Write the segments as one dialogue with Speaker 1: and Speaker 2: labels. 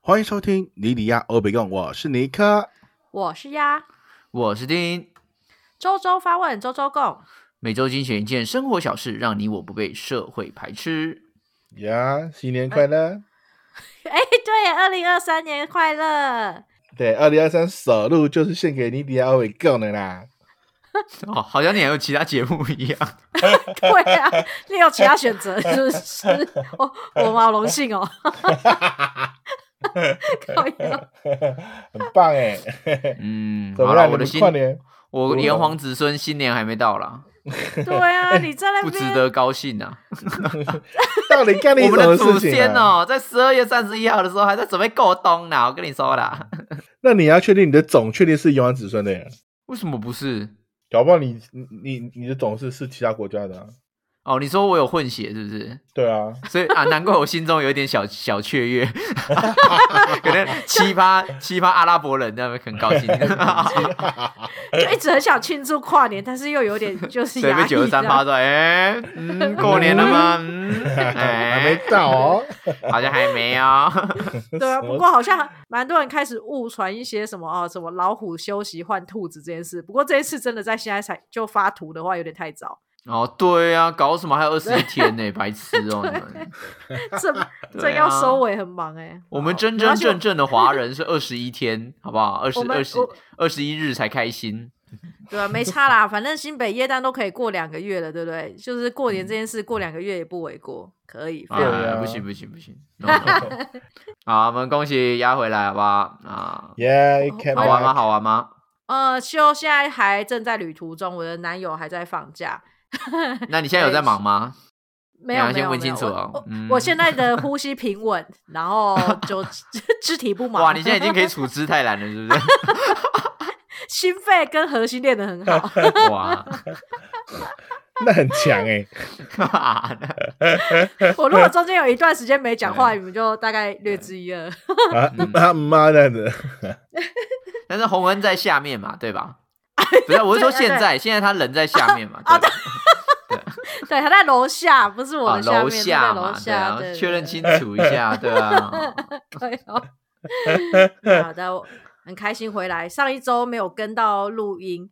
Speaker 1: 欢迎收听尼里亚欧北共，我是尼克。
Speaker 2: 我是鸭，
Speaker 3: 我是丁，
Speaker 2: 周周发问，周周共。 哎
Speaker 3: 每周精选一件生活小事，让你我不被社会排斥。
Speaker 1: 呀，新年快乐！
Speaker 2: 哎，对，二零二三年快乐！
Speaker 1: 对，二零二三首录就是献给尼里亚欧北共的 啦。
Speaker 3: 哦，好像你还有其他节目一样。
Speaker 2: 对啊，你有其他选择，就是我我们好荣幸哦。 靠腰
Speaker 1: 很棒哎，
Speaker 3: 嗯，
Speaker 1: 怎
Speaker 3: 好
Speaker 1: 么
Speaker 3: 了，
Speaker 1: 让
Speaker 3: 我
Speaker 1: 你
Speaker 3: 的
Speaker 1: 们
Speaker 3: 新
Speaker 1: 跨年？
Speaker 3: 我炎黄子孙新年还没到啦，
Speaker 2: 对啊，你在
Speaker 3: 不
Speaker 2: 那
Speaker 3: 值
Speaker 2: 边
Speaker 3: 得高兴啊！
Speaker 1: 到底干了
Speaker 3: 我
Speaker 1: 一
Speaker 3: 们
Speaker 1: 什么
Speaker 3: 的祖
Speaker 1: 事情
Speaker 3: 先
Speaker 1: 啊？
Speaker 3: 哦，在十二月三十一号的时候还在准备过冬呢，我跟你说啦。
Speaker 1: 那你要确定你的种确定是炎黄子孙的耶，
Speaker 3: 为什么不是？
Speaker 1: 搞不好你你你你的种是是其他国家的啊。
Speaker 3: 哦，你说我有混血是不是？
Speaker 1: 对啊，
Speaker 3: 所以啊，难怪我心中有一点小小雀跃， 可能七八七八阿拉伯人那边很高兴，
Speaker 2: 就一直很想庆祝跨年，但是又有点就是
Speaker 3: 所以
Speaker 2: 压
Speaker 3: 被
Speaker 2: 抑
Speaker 3: 九十三趴
Speaker 2: 的。
Speaker 3: 说，哎、 嗯，过年了吗？嗯，
Speaker 1: 还没
Speaker 3: 哎、
Speaker 1: 到 哦。
Speaker 3: 好像还没哦。
Speaker 2: 对啊，不过好像蛮多人开始误传一些什么哦，什么老虎休息换兔子这件事。不过这一次真的在现在才就发图的话，有点太早。
Speaker 3: 哦，对啊，搞什么还有二十一 天呢、白痴哦、你们！
Speaker 2: 这这
Speaker 3: 对啊
Speaker 2: 要收尾很忙哎。
Speaker 3: 我们
Speaker 2: 好
Speaker 3: 真
Speaker 2: 没关
Speaker 3: 真
Speaker 2: 系我
Speaker 3: 正正的华人是二十一天，好不好？二十
Speaker 2: 我们
Speaker 3: 二十
Speaker 2: 我
Speaker 3: 二十一日才开心。
Speaker 2: 对啊，没差啦，反正新北耶诞都可以过两个月了，对不对？就是过年这件事，过两个月也不为过，可以。
Speaker 1: 对啊
Speaker 3: 不行不行 不行 no, no, no 好，我们恭喜压回来，好不好？啊，
Speaker 1: 耶，看
Speaker 3: 好玩吗？好玩吗？
Speaker 2: 呃，秀现在还正在旅途中，我的男友还在放假，
Speaker 3: 那你现在有在 忙吗？
Speaker 2: 没有
Speaker 3: 你要
Speaker 2: 没有
Speaker 3: 先问
Speaker 2: 没有
Speaker 3: 清楚哦
Speaker 2: 我我
Speaker 3: 嗯
Speaker 2: 我现在的呼吸平稳，然后就 肢体不麻。
Speaker 3: 哇，你现在已经可以处之泰然了，是不是？
Speaker 2: 心肺跟核心练得很 好，
Speaker 3: 哇，
Speaker 1: 那很强哎。
Speaker 2: 我如果中间有一段时间没讲话，你们就大概略知一二。
Speaker 1: 啊，他
Speaker 3: 嗯
Speaker 1: 妈的！
Speaker 3: 但是洪恩在下面嘛，对吧？不是，我是说
Speaker 2: 哎对对哦
Speaker 3: 现在，现在他人在下面 嘛，对吧
Speaker 2: 对，他在楼下，不是我
Speaker 3: 啊，
Speaker 2: 的下
Speaker 3: 楼
Speaker 2: 面，他在楼
Speaker 3: 嘛，对啊
Speaker 2: 下，对，，对
Speaker 3: 确认清楚一 下，对啊，
Speaker 2: 对哦，好的，我很开心回来。上一周没有跟到录音，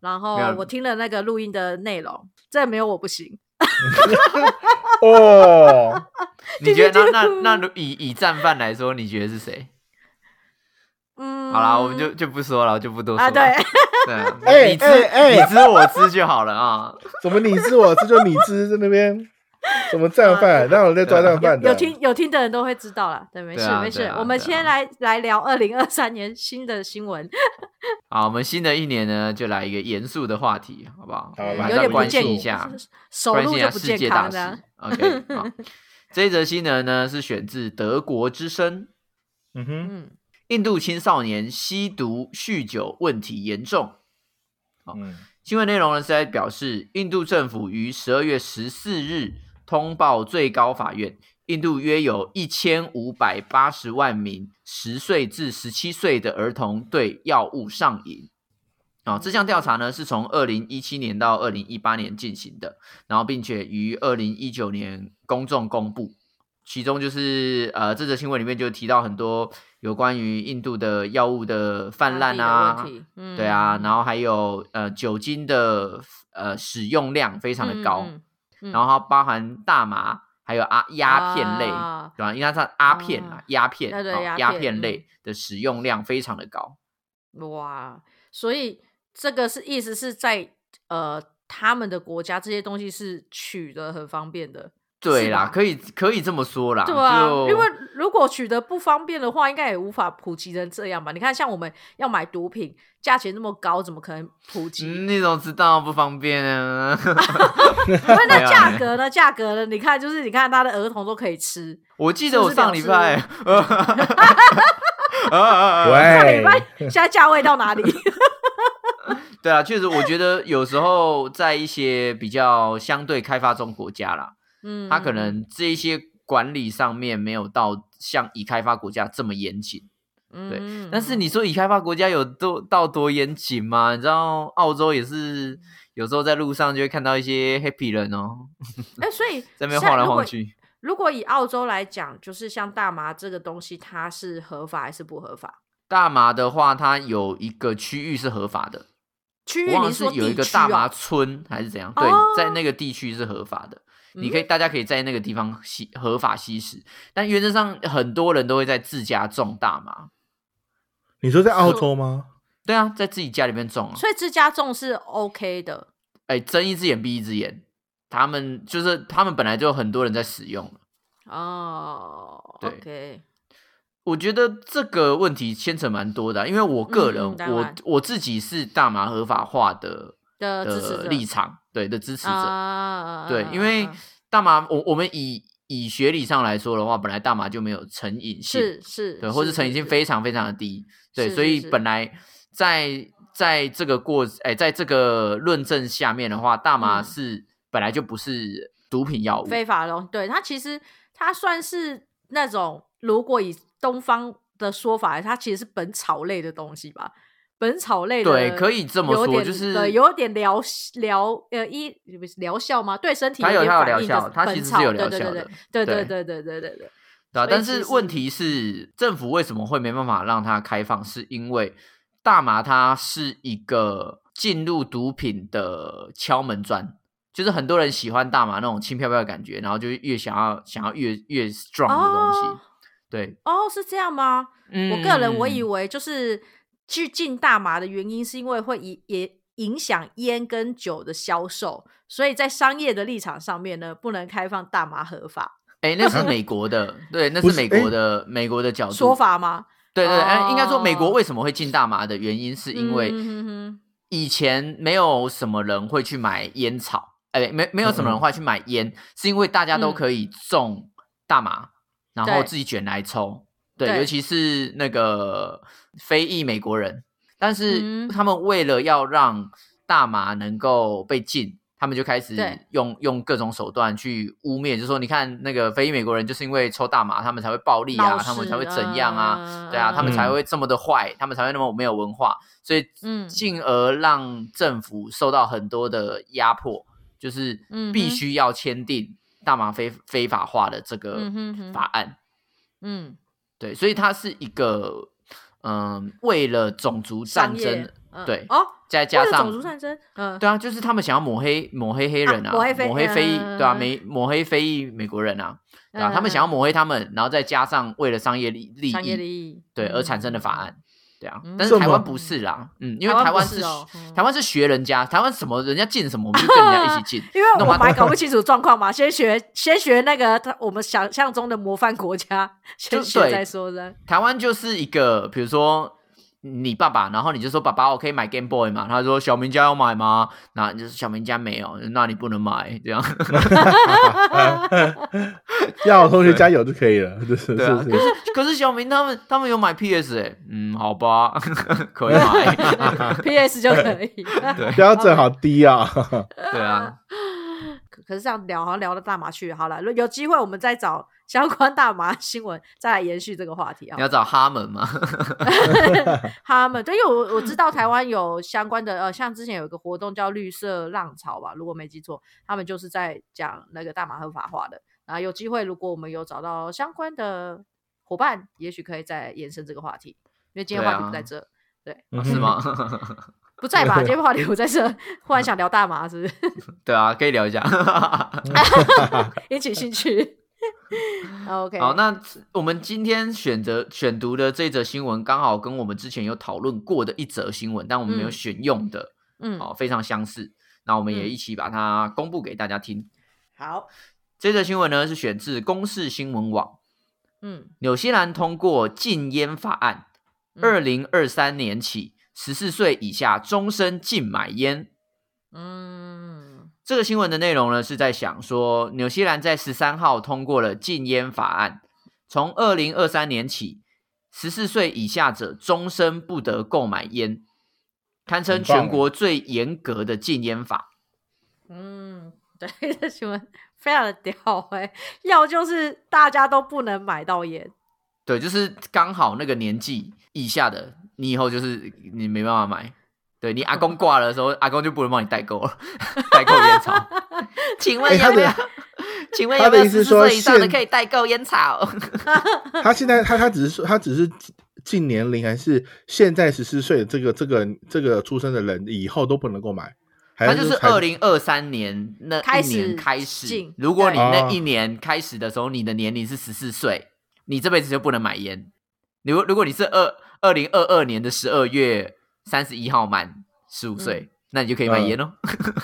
Speaker 2: 然后
Speaker 3: 没有
Speaker 2: 我听了那个录音的内容，这没有我不行。
Speaker 1: 哦，
Speaker 3: 你觉得那那那如以以战犯来说，你觉得是谁？
Speaker 2: 嗯，
Speaker 3: 好啦，我们就就不说了，就不多说
Speaker 2: 啊，
Speaker 3: 了。
Speaker 2: 对，
Speaker 3: 对啊，
Speaker 1: 哎
Speaker 3: 你
Speaker 1: 哎哎
Speaker 3: 知你知我知就好了啊。
Speaker 1: 怎么你知我知就你知在那 边？怎么战
Speaker 3: 啊
Speaker 1: 犯？让我在抓战犯的。
Speaker 2: 有听有听的人都会知道啦。对，没
Speaker 3: 对
Speaker 2: 事、
Speaker 3: 啊
Speaker 2: 没事、
Speaker 3: 对啊
Speaker 2: 我们
Speaker 3: 对啊
Speaker 2: 先来来聊二零二三年新的新闻，
Speaker 3: 好，我们新的一年呢，就来一个严肃的话题，好不好？
Speaker 1: 好吧
Speaker 3: 大
Speaker 2: 有
Speaker 3: 家
Speaker 2: 点不
Speaker 3: 关
Speaker 2: 健
Speaker 3: 心一下，
Speaker 2: 手
Speaker 3: 关
Speaker 2: 路
Speaker 3: 心一
Speaker 2: 就
Speaker 3: 下
Speaker 2: 不
Speaker 3: 世
Speaker 2: 健
Speaker 3: 界
Speaker 2: 康
Speaker 3: 大
Speaker 2: 的啊
Speaker 3: 事。。OK，好， 这一则新闻呢是选自德国之声。
Speaker 1: 嗯哼，
Speaker 2: 嗯，
Speaker 3: 印度青少年吸毒、酗酒问题严重。哦
Speaker 1: 嗯
Speaker 3: 新闻内容呢是在表示，印度政府于十二月十四日通报最高法院，印度约有一千五百八十万名十岁至十七岁的儿童对药物上瘾。啊、这项调查呢是从二零一七年到二零一八年进行的，然后并且于二零一九年公众公布。其中就是呃，这则新闻里面就提到很多有关于印度的药物的泛滥啊，
Speaker 2: 当地的问题，嗯，
Speaker 3: 对啊，然后还有呃酒精的呃使用量非常的高，
Speaker 2: 嗯嗯嗯
Speaker 3: 然后它包含大麻，还有阿鸦片类，
Speaker 2: 啊
Speaker 3: 对吧、因为它是鸦片
Speaker 2: 啊
Speaker 3: 啊，鸦片，
Speaker 2: 对对
Speaker 3: 哦
Speaker 2: 鸦
Speaker 3: 鸦
Speaker 2: 片嗯
Speaker 3: 片类的使用量非常的高。
Speaker 2: 哇，所以这个是意思是在呃他们的国家，这些东西是取得很方便的，
Speaker 3: 对
Speaker 2: 是
Speaker 3: 啦，
Speaker 2: 吧
Speaker 3: 可以可以这么说啦，
Speaker 2: 对啊，
Speaker 3: 就
Speaker 2: 因为如果取得不方便的话，应该也无法普及成这样吧？你看，像我们要买毒品，价钱那么高，怎么可能普及？
Speaker 3: 嗯，那种知道不方便啊，
Speaker 2: 不过 那
Speaker 3: 没有
Speaker 2: 价
Speaker 3: 没
Speaker 2: 格呢？价格呢？你看，就是你看他的儿童都可以 吃，
Speaker 3: 我记
Speaker 2: 是
Speaker 3: 得
Speaker 2: 不
Speaker 3: 我
Speaker 2: 是
Speaker 3: 上
Speaker 2: 表
Speaker 3: 礼
Speaker 2: 示
Speaker 3: 拜，啊呃
Speaker 2: 下
Speaker 1: 喂
Speaker 2: 礼拜现在价位到哪里？
Speaker 3: 对啊，确实，我觉得有时候在一些比较相对开发中国家啦，
Speaker 2: 嗯，
Speaker 3: 它可能这一些管理上面没有到像已开发国家这么严谨。对
Speaker 2: 嗯，
Speaker 3: 但是你说已开发国家有多到多严谨吗？你知道澳洲也是有时候在路上就会看到一些黑皮人哦，
Speaker 2: 哎，所以
Speaker 3: 在那边
Speaker 2: 现
Speaker 3: 晃来
Speaker 2: 如果
Speaker 3: 晃去。
Speaker 2: 如果以澳洲来讲，就是像大麻这个东西，它是合法还是不合法？
Speaker 3: 大麻的话，它有一个区域是合法的，
Speaker 2: 区
Speaker 3: 我
Speaker 2: 域
Speaker 3: 忘
Speaker 2: 你
Speaker 3: 了是
Speaker 2: 说
Speaker 3: 有一
Speaker 2: 地
Speaker 3: 个
Speaker 2: 区
Speaker 3: 大麻
Speaker 2: 哦，
Speaker 3: 村还是怎样？
Speaker 2: 哦嗯
Speaker 3: 对，在那个地区是合法的，你可以大家可以在那个地方吸合法吸食，但原则上很多人都会在自家种大麻。
Speaker 1: 你说在澳洲吗？
Speaker 3: 对啊，在自己家里面种啊。
Speaker 2: 所以自家种是 OK 的。
Speaker 3: 哎，睁一只眼闭一只眼，他们就是他们本来就有很多人在使用了。
Speaker 2: 哦
Speaker 3: 对
Speaker 2: ，OK，
Speaker 3: 我觉得这个问题牵扯蛮多的啊、因为我个人，
Speaker 2: 嗯嗯当
Speaker 3: 我
Speaker 2: 然
Speaker 3: 我自己是大麻合法化的
Speaker 2: 的支持
Speaker 3: 的
Speaker 2: 者
Speaker 3: 立场，对的支持者。
Speaker 2: 啊
Speaker 3: 对，因为大麻，我我们以以学理上来说的话，本来大麻就没有成瘾性，
Speaker 2: 是是，
Speaker 3: 对，或
Speaker 2: 是
Speaker 3: 是成瘾性非常非常的低，对，
Speaker 2: 是
Speaker 3: 所
Speaker 2: 是
Speaker 3: 以
Speaker 2: 是
Speaker 3: 本来在在这个过，哎，在这个论证下面的话，大麻
Speaker 2: 嗯
Speaker 3: 是、本来就不是毒品药物，
Speaker 2: 非法的东西，对它其实它算是那种，如果以东方的说法，它其实是本草类的东西吧。本草类的
Speaker 3: 对，可以这么
Speaker 2: 有
Speaker 3: 说，
Speaker 2: 点
Speaker 3: 就是
Speaker 2: 对有点疗疗呃医不是疗效吗？对身体
Speaker 3: 它有
Speaker 2: 点
Speaker 3: 它有
Speaker 2: 反
Speaker 3: 疗
Speaker 2: 应
Speaker 3: 效
Speaker 2: 的
Speaker 3: 它
Speaker 2: 本
Speaker 3: 其实是
Speaker 2: 草
Speaker 3: 有疗
Speaker 2: 对
Speaker 3: 效
Speaker 2: 对
Speaker 3: 的
Speaker 2: 对对
Speaker 3: 对
Speaker 2: 对对对对对
Speaker 3: 对啊，
Speaker 2: 所以
Speaker 3: 但
Speaker 2: 其
Speaker 3: 是
Speaker 2: 实
Speaker 3: 问题是，政府为什么会没办法让它开放？是因为大麻它是一个进入毒品的敲门砖，就是很多人喜欢大麻那种轻飘飘的感觉，然后就越想要想要越越 strong 的东西。
Speaker 2: 哦
Speaker 3: 对，
Speaker 2: 哦，是这样吗？
Speaker 3: 嗯
Speaker 2: 我个人我以为就是去进大麻的原因，是因为会影也影响烟跟酒的销售，所以在商业的立场上面呢，不能开放大麻合法
Speaker 3: 哎、那是美国的，对，那
Speaker 1: 不
Speaker 3: 是
Speaker 1: 是
Speaker 3: 美
Speaker 1: 诶
Speaker 3: 国的、美国的角度
Speaker 2: 说。法吗？
Speaker 3: 对对，哎、应该说美国
Speaker 2: 哦
Speaker 3: 为什么会禁大麻的原因，是因为
Speaker 2: 嗯哼哼
Speaker 3: 以前没有什么人会去买烟草，哎、没没有什么人会去买烟，是因为大家都可以种大麻，然后
Speaker 2: 嗯对
Speaker 3: 自己卷来抽。对，
Speaker 2: 对
Speaker 3: 尤其是那个非裔美国人，但是
Speaker 2: 嗯
Speaker 3: 他们为了要让大麻能够被禁，他们就开始
Speaker 2: 对
Speaker 3: 用用各种手段去污蔑，就说你看那个非裔美国人就是因为抽大麻，他们才会暴力啊，
Speaker 2: 闹
Speaker 3: 他们
Speaker 2: 事
Speaker 3: 才会怎样啊，对啊，他
Speaker 1: 嗯
Speaker 3: 们才会这么的坏，他们才会那么没有文化，所以
Speaker 2: 嗯
Speaker 3: 进而让政府受到很多的压迫，就是
Speaker 2: 嗯哼
Speaker 3: 必须要签订大麻非非法化的这个
Speaker 2: 嗯哼哼
Speaker 3: 法案。
Speaker 2: 嗯
Speaker 3: 对，所以它是一个嗯，为了种族战
Speaker 2: 商业
Speaker 3: 争，
Speaker 2: 嗯
Speaker 3: 对
Speaker 2: 哦，
Speaker 3: 再加
Speaker 2: 为了
Speaker 3: 上
Speaker 2: 种族战争，嗯，
Speaker 3: 对啊，就是他们想要抹黑抹黑黑人啊，
Speaker 2: 啊抹黑非
Speaker 3: 裔，
Speaker 2: 嗯
Speaker 3: 对啊，美抹黑非裔美国人啊，对
Speaker 2: 嗯
Speaker 3: 啊，他们想要抹黑他们，然后再加上为了商业利利益，
Speaker 2: 商业利益嗯
Speaker 3: 对而产生的法，案，对啊，但是
Speaker 1: 这
Speaker 3: 台湾
Speaker 1: 么
Speaker 3: 不是啦，嗯，因为
Speaker 2: 台湾
Speaker 3: 台湾
Speaker 2: 不
Speaker 3: 是
Speaker 2: 是哦嗯，
Speaker 3: 台湾是学人家，台湾什么人家进什么我们就跟人家一起进
Speaker 2: 因为
Speaker 3: 那
Speaker 2: 我
Speaker 3: 我
Speaker 2: 们还 搞不清楚状况嘛，先学先学那个他我们想象中的模范国家，先
Speaker 3: 就
Speaker 2: 学
Speaker 3: 对
Speaker 2: 再说 的，
Speaker 3: 台湾就是一个比如说。你爸爸，然后你就说爸爸，我可以买 Game Boy 嘛？他说小明家要买吗？那就是小明家没有，那你不能买，这样。
Speaker 1: 要我同学加油就可以了， 就是
Speaker 3: 对啊
Speaker 1: 是是。
Speaker 3: 可是小明他们他们有买 PS 哎、嗯，好吧， 可 以买。
Speaker 2: PS 就可以。
Speaker 1: 标准好低 啊！
Speaker 3: 对啊，
Speaker 2: 可可是这样聊好像聊到大麻去了，好了，如有机会我们再找相关大麻新闻再来延续这个话题啊
Speaker 3: 你。要找哈门吗？
Speaker 2: 他们对，因为我
Speaker 3: 嗯
Speaker 2: 我知道台湾有相关的呃，像之前有一个活动叫绿色浪潮吧，如果没记错，他们就是在讲那个大麻合法化的。然后有机会，如果我们有找到相关的伙伴，也许可以再延伸这个话题，因为今天
Speaker 3: 对
Speaker 2: 话题不
Speaker 3: 啊
Speaker 2: 在这，对，
Speaker 1: 嗯
Speaker 3: 哦是吗？
Speaker 2: 不在吧？今天话题不在这，忽然想聊大麻，是不是？
Speaker 3: 对啊，可以聊一下。
Speaker 2: 引起兴 趣。OK，
Speaker 3: 好，那我们今天选择选读的这则新闻，刚好跟我们之前有讨论过的一则新闻，但我们没有
Speaker 2: 嗯
Speaker 3: 选用的，
Speaker 2: 嗯，
Speaker 3: 哦，非常相似。那我们也
Speaker 2: 嗯
Speaker 3: 一起把它公布给大家听。
Speaker 2: 好，
Speaker 3: 这则新闻呢是选自公视新闻网，
Speaker 2: 嗯，
Speaker 3: 纽西兰通过禁烟法案，
Speaker 2: 嗯
Speaker 3: 二零二三年起，十四岁以下终身禁买烟。
Speaker 2: 嗯，
Speaker 3: 这个新闻的内容呢，是在想说，纽西兰在十三号通过了禁烟法案，从二零二三年起，十四岁以下者终身不得购买烟，堪称
Speaker 1: 很棒欸
Speaker 3: 全国最严格的禁烟法。
Speaker 2: 嗯，对，这新闻非常的屌哎、要就是大家都不能买到烟，
Speaker 3: 对，就是刚好那个年纪以下的，你以后就是你没办法买。对你阿公挂 了 的时候，阿公就不能帮你代购了，代购烟草。请问
Speaker 1: 哎他
Speaker 3: 有没有
Speaker 1: 的？
Speaker 3: 请问
Speaker 1: 他
Speaker 3: 有没
Speaker 1: 的
Speaker 3: 有
Speaker 1: 意思
Speaker 3: 十
Speaker 1: 是
Speaker 3: 四
Speaker 1: 说
Speaker 3: 岁以上的
Speaker 1: 现
Speaker 3: 可以代购烟草？
Speaker 1: 嗯他现在他他只是说他只是近年龄还是现在十四岁的这个这个这个出生的人以后都不能够买，还
Speaker 3: 它就是
Speaker 1: 还
Speaker 3: 二零二三年那
Speaker 2: 开
Speaker 3: 一年
Speaker 2: 始
Speaker 3: 开始
Speaker 2: 进，
Speaker 3: 如果你
Speaker 1: 对哦
Speaker 3: 那一年开始的时候，你的年龄是十四岁，你这辈子就不能买烟。你如如果你是二二零二二年的十二月三十一号满十五
Speaker 2: 嗯
Speaker 3: 岁，那你就可以买
Speaker 1: 嗯
Speaker 3: 烟哦。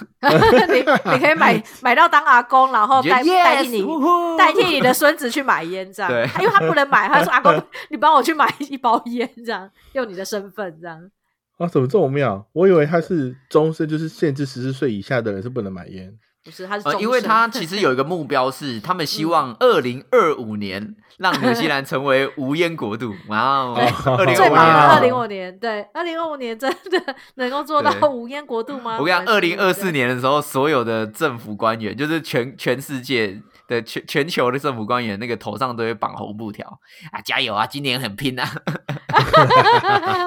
Speaker 2: 你你可以 买买到当阿公，然后
Speaker 3: 你觉
Speaker 2: 哦代
Speaker 3: 得
Speaker 2: 代替
Speaker 3: yes，
Speaker 2: 你
Speaker 3: 呜呼
Speaker 2: 代替你的孙子去买烟这样。
Speaker 3: 对
Speaker 2: 他因为他不能买， 他说阿公，你帮我去买一包烟这样，用你的身份这样。
Speaker 1: 啊怎么这么妙？我以为他是终身就是限制十四岁以下的人是不能买烟。
Speaker 2: 不是，他是终
Speaker 3: 呃，
Speaker 2: 身、
Speaker 3: 因为 它其实有一个目标是，他们
Speaker 2: 嗯
Speaker 3: 希望二零二五年让纽西兰成为无烟国度。哇哦，二零
Speaker 2: 最
Speaker 3: 二
Speaker 1: 棒
Speaker 2: 忙
Speaker 3: 五年
Speaker 1: 啊
Speaker 2: 的
Speaker 1: 哇
Speaker 2: 二零五年，对，二零二五年真的能够做到
Speaker 3: 对
Speaker 2: 无烟国度吗？
Speaker 3: 我跟你讲，二
Speaker 2: 我们
Speaker 3: 零
Speaker 2: 是
Speaker 3: 二四，年的时候，所有的政府官员，就是全全世界的全全球的政府官员，那个头上都会绑红布条啊，加油啊，今年很拼啊，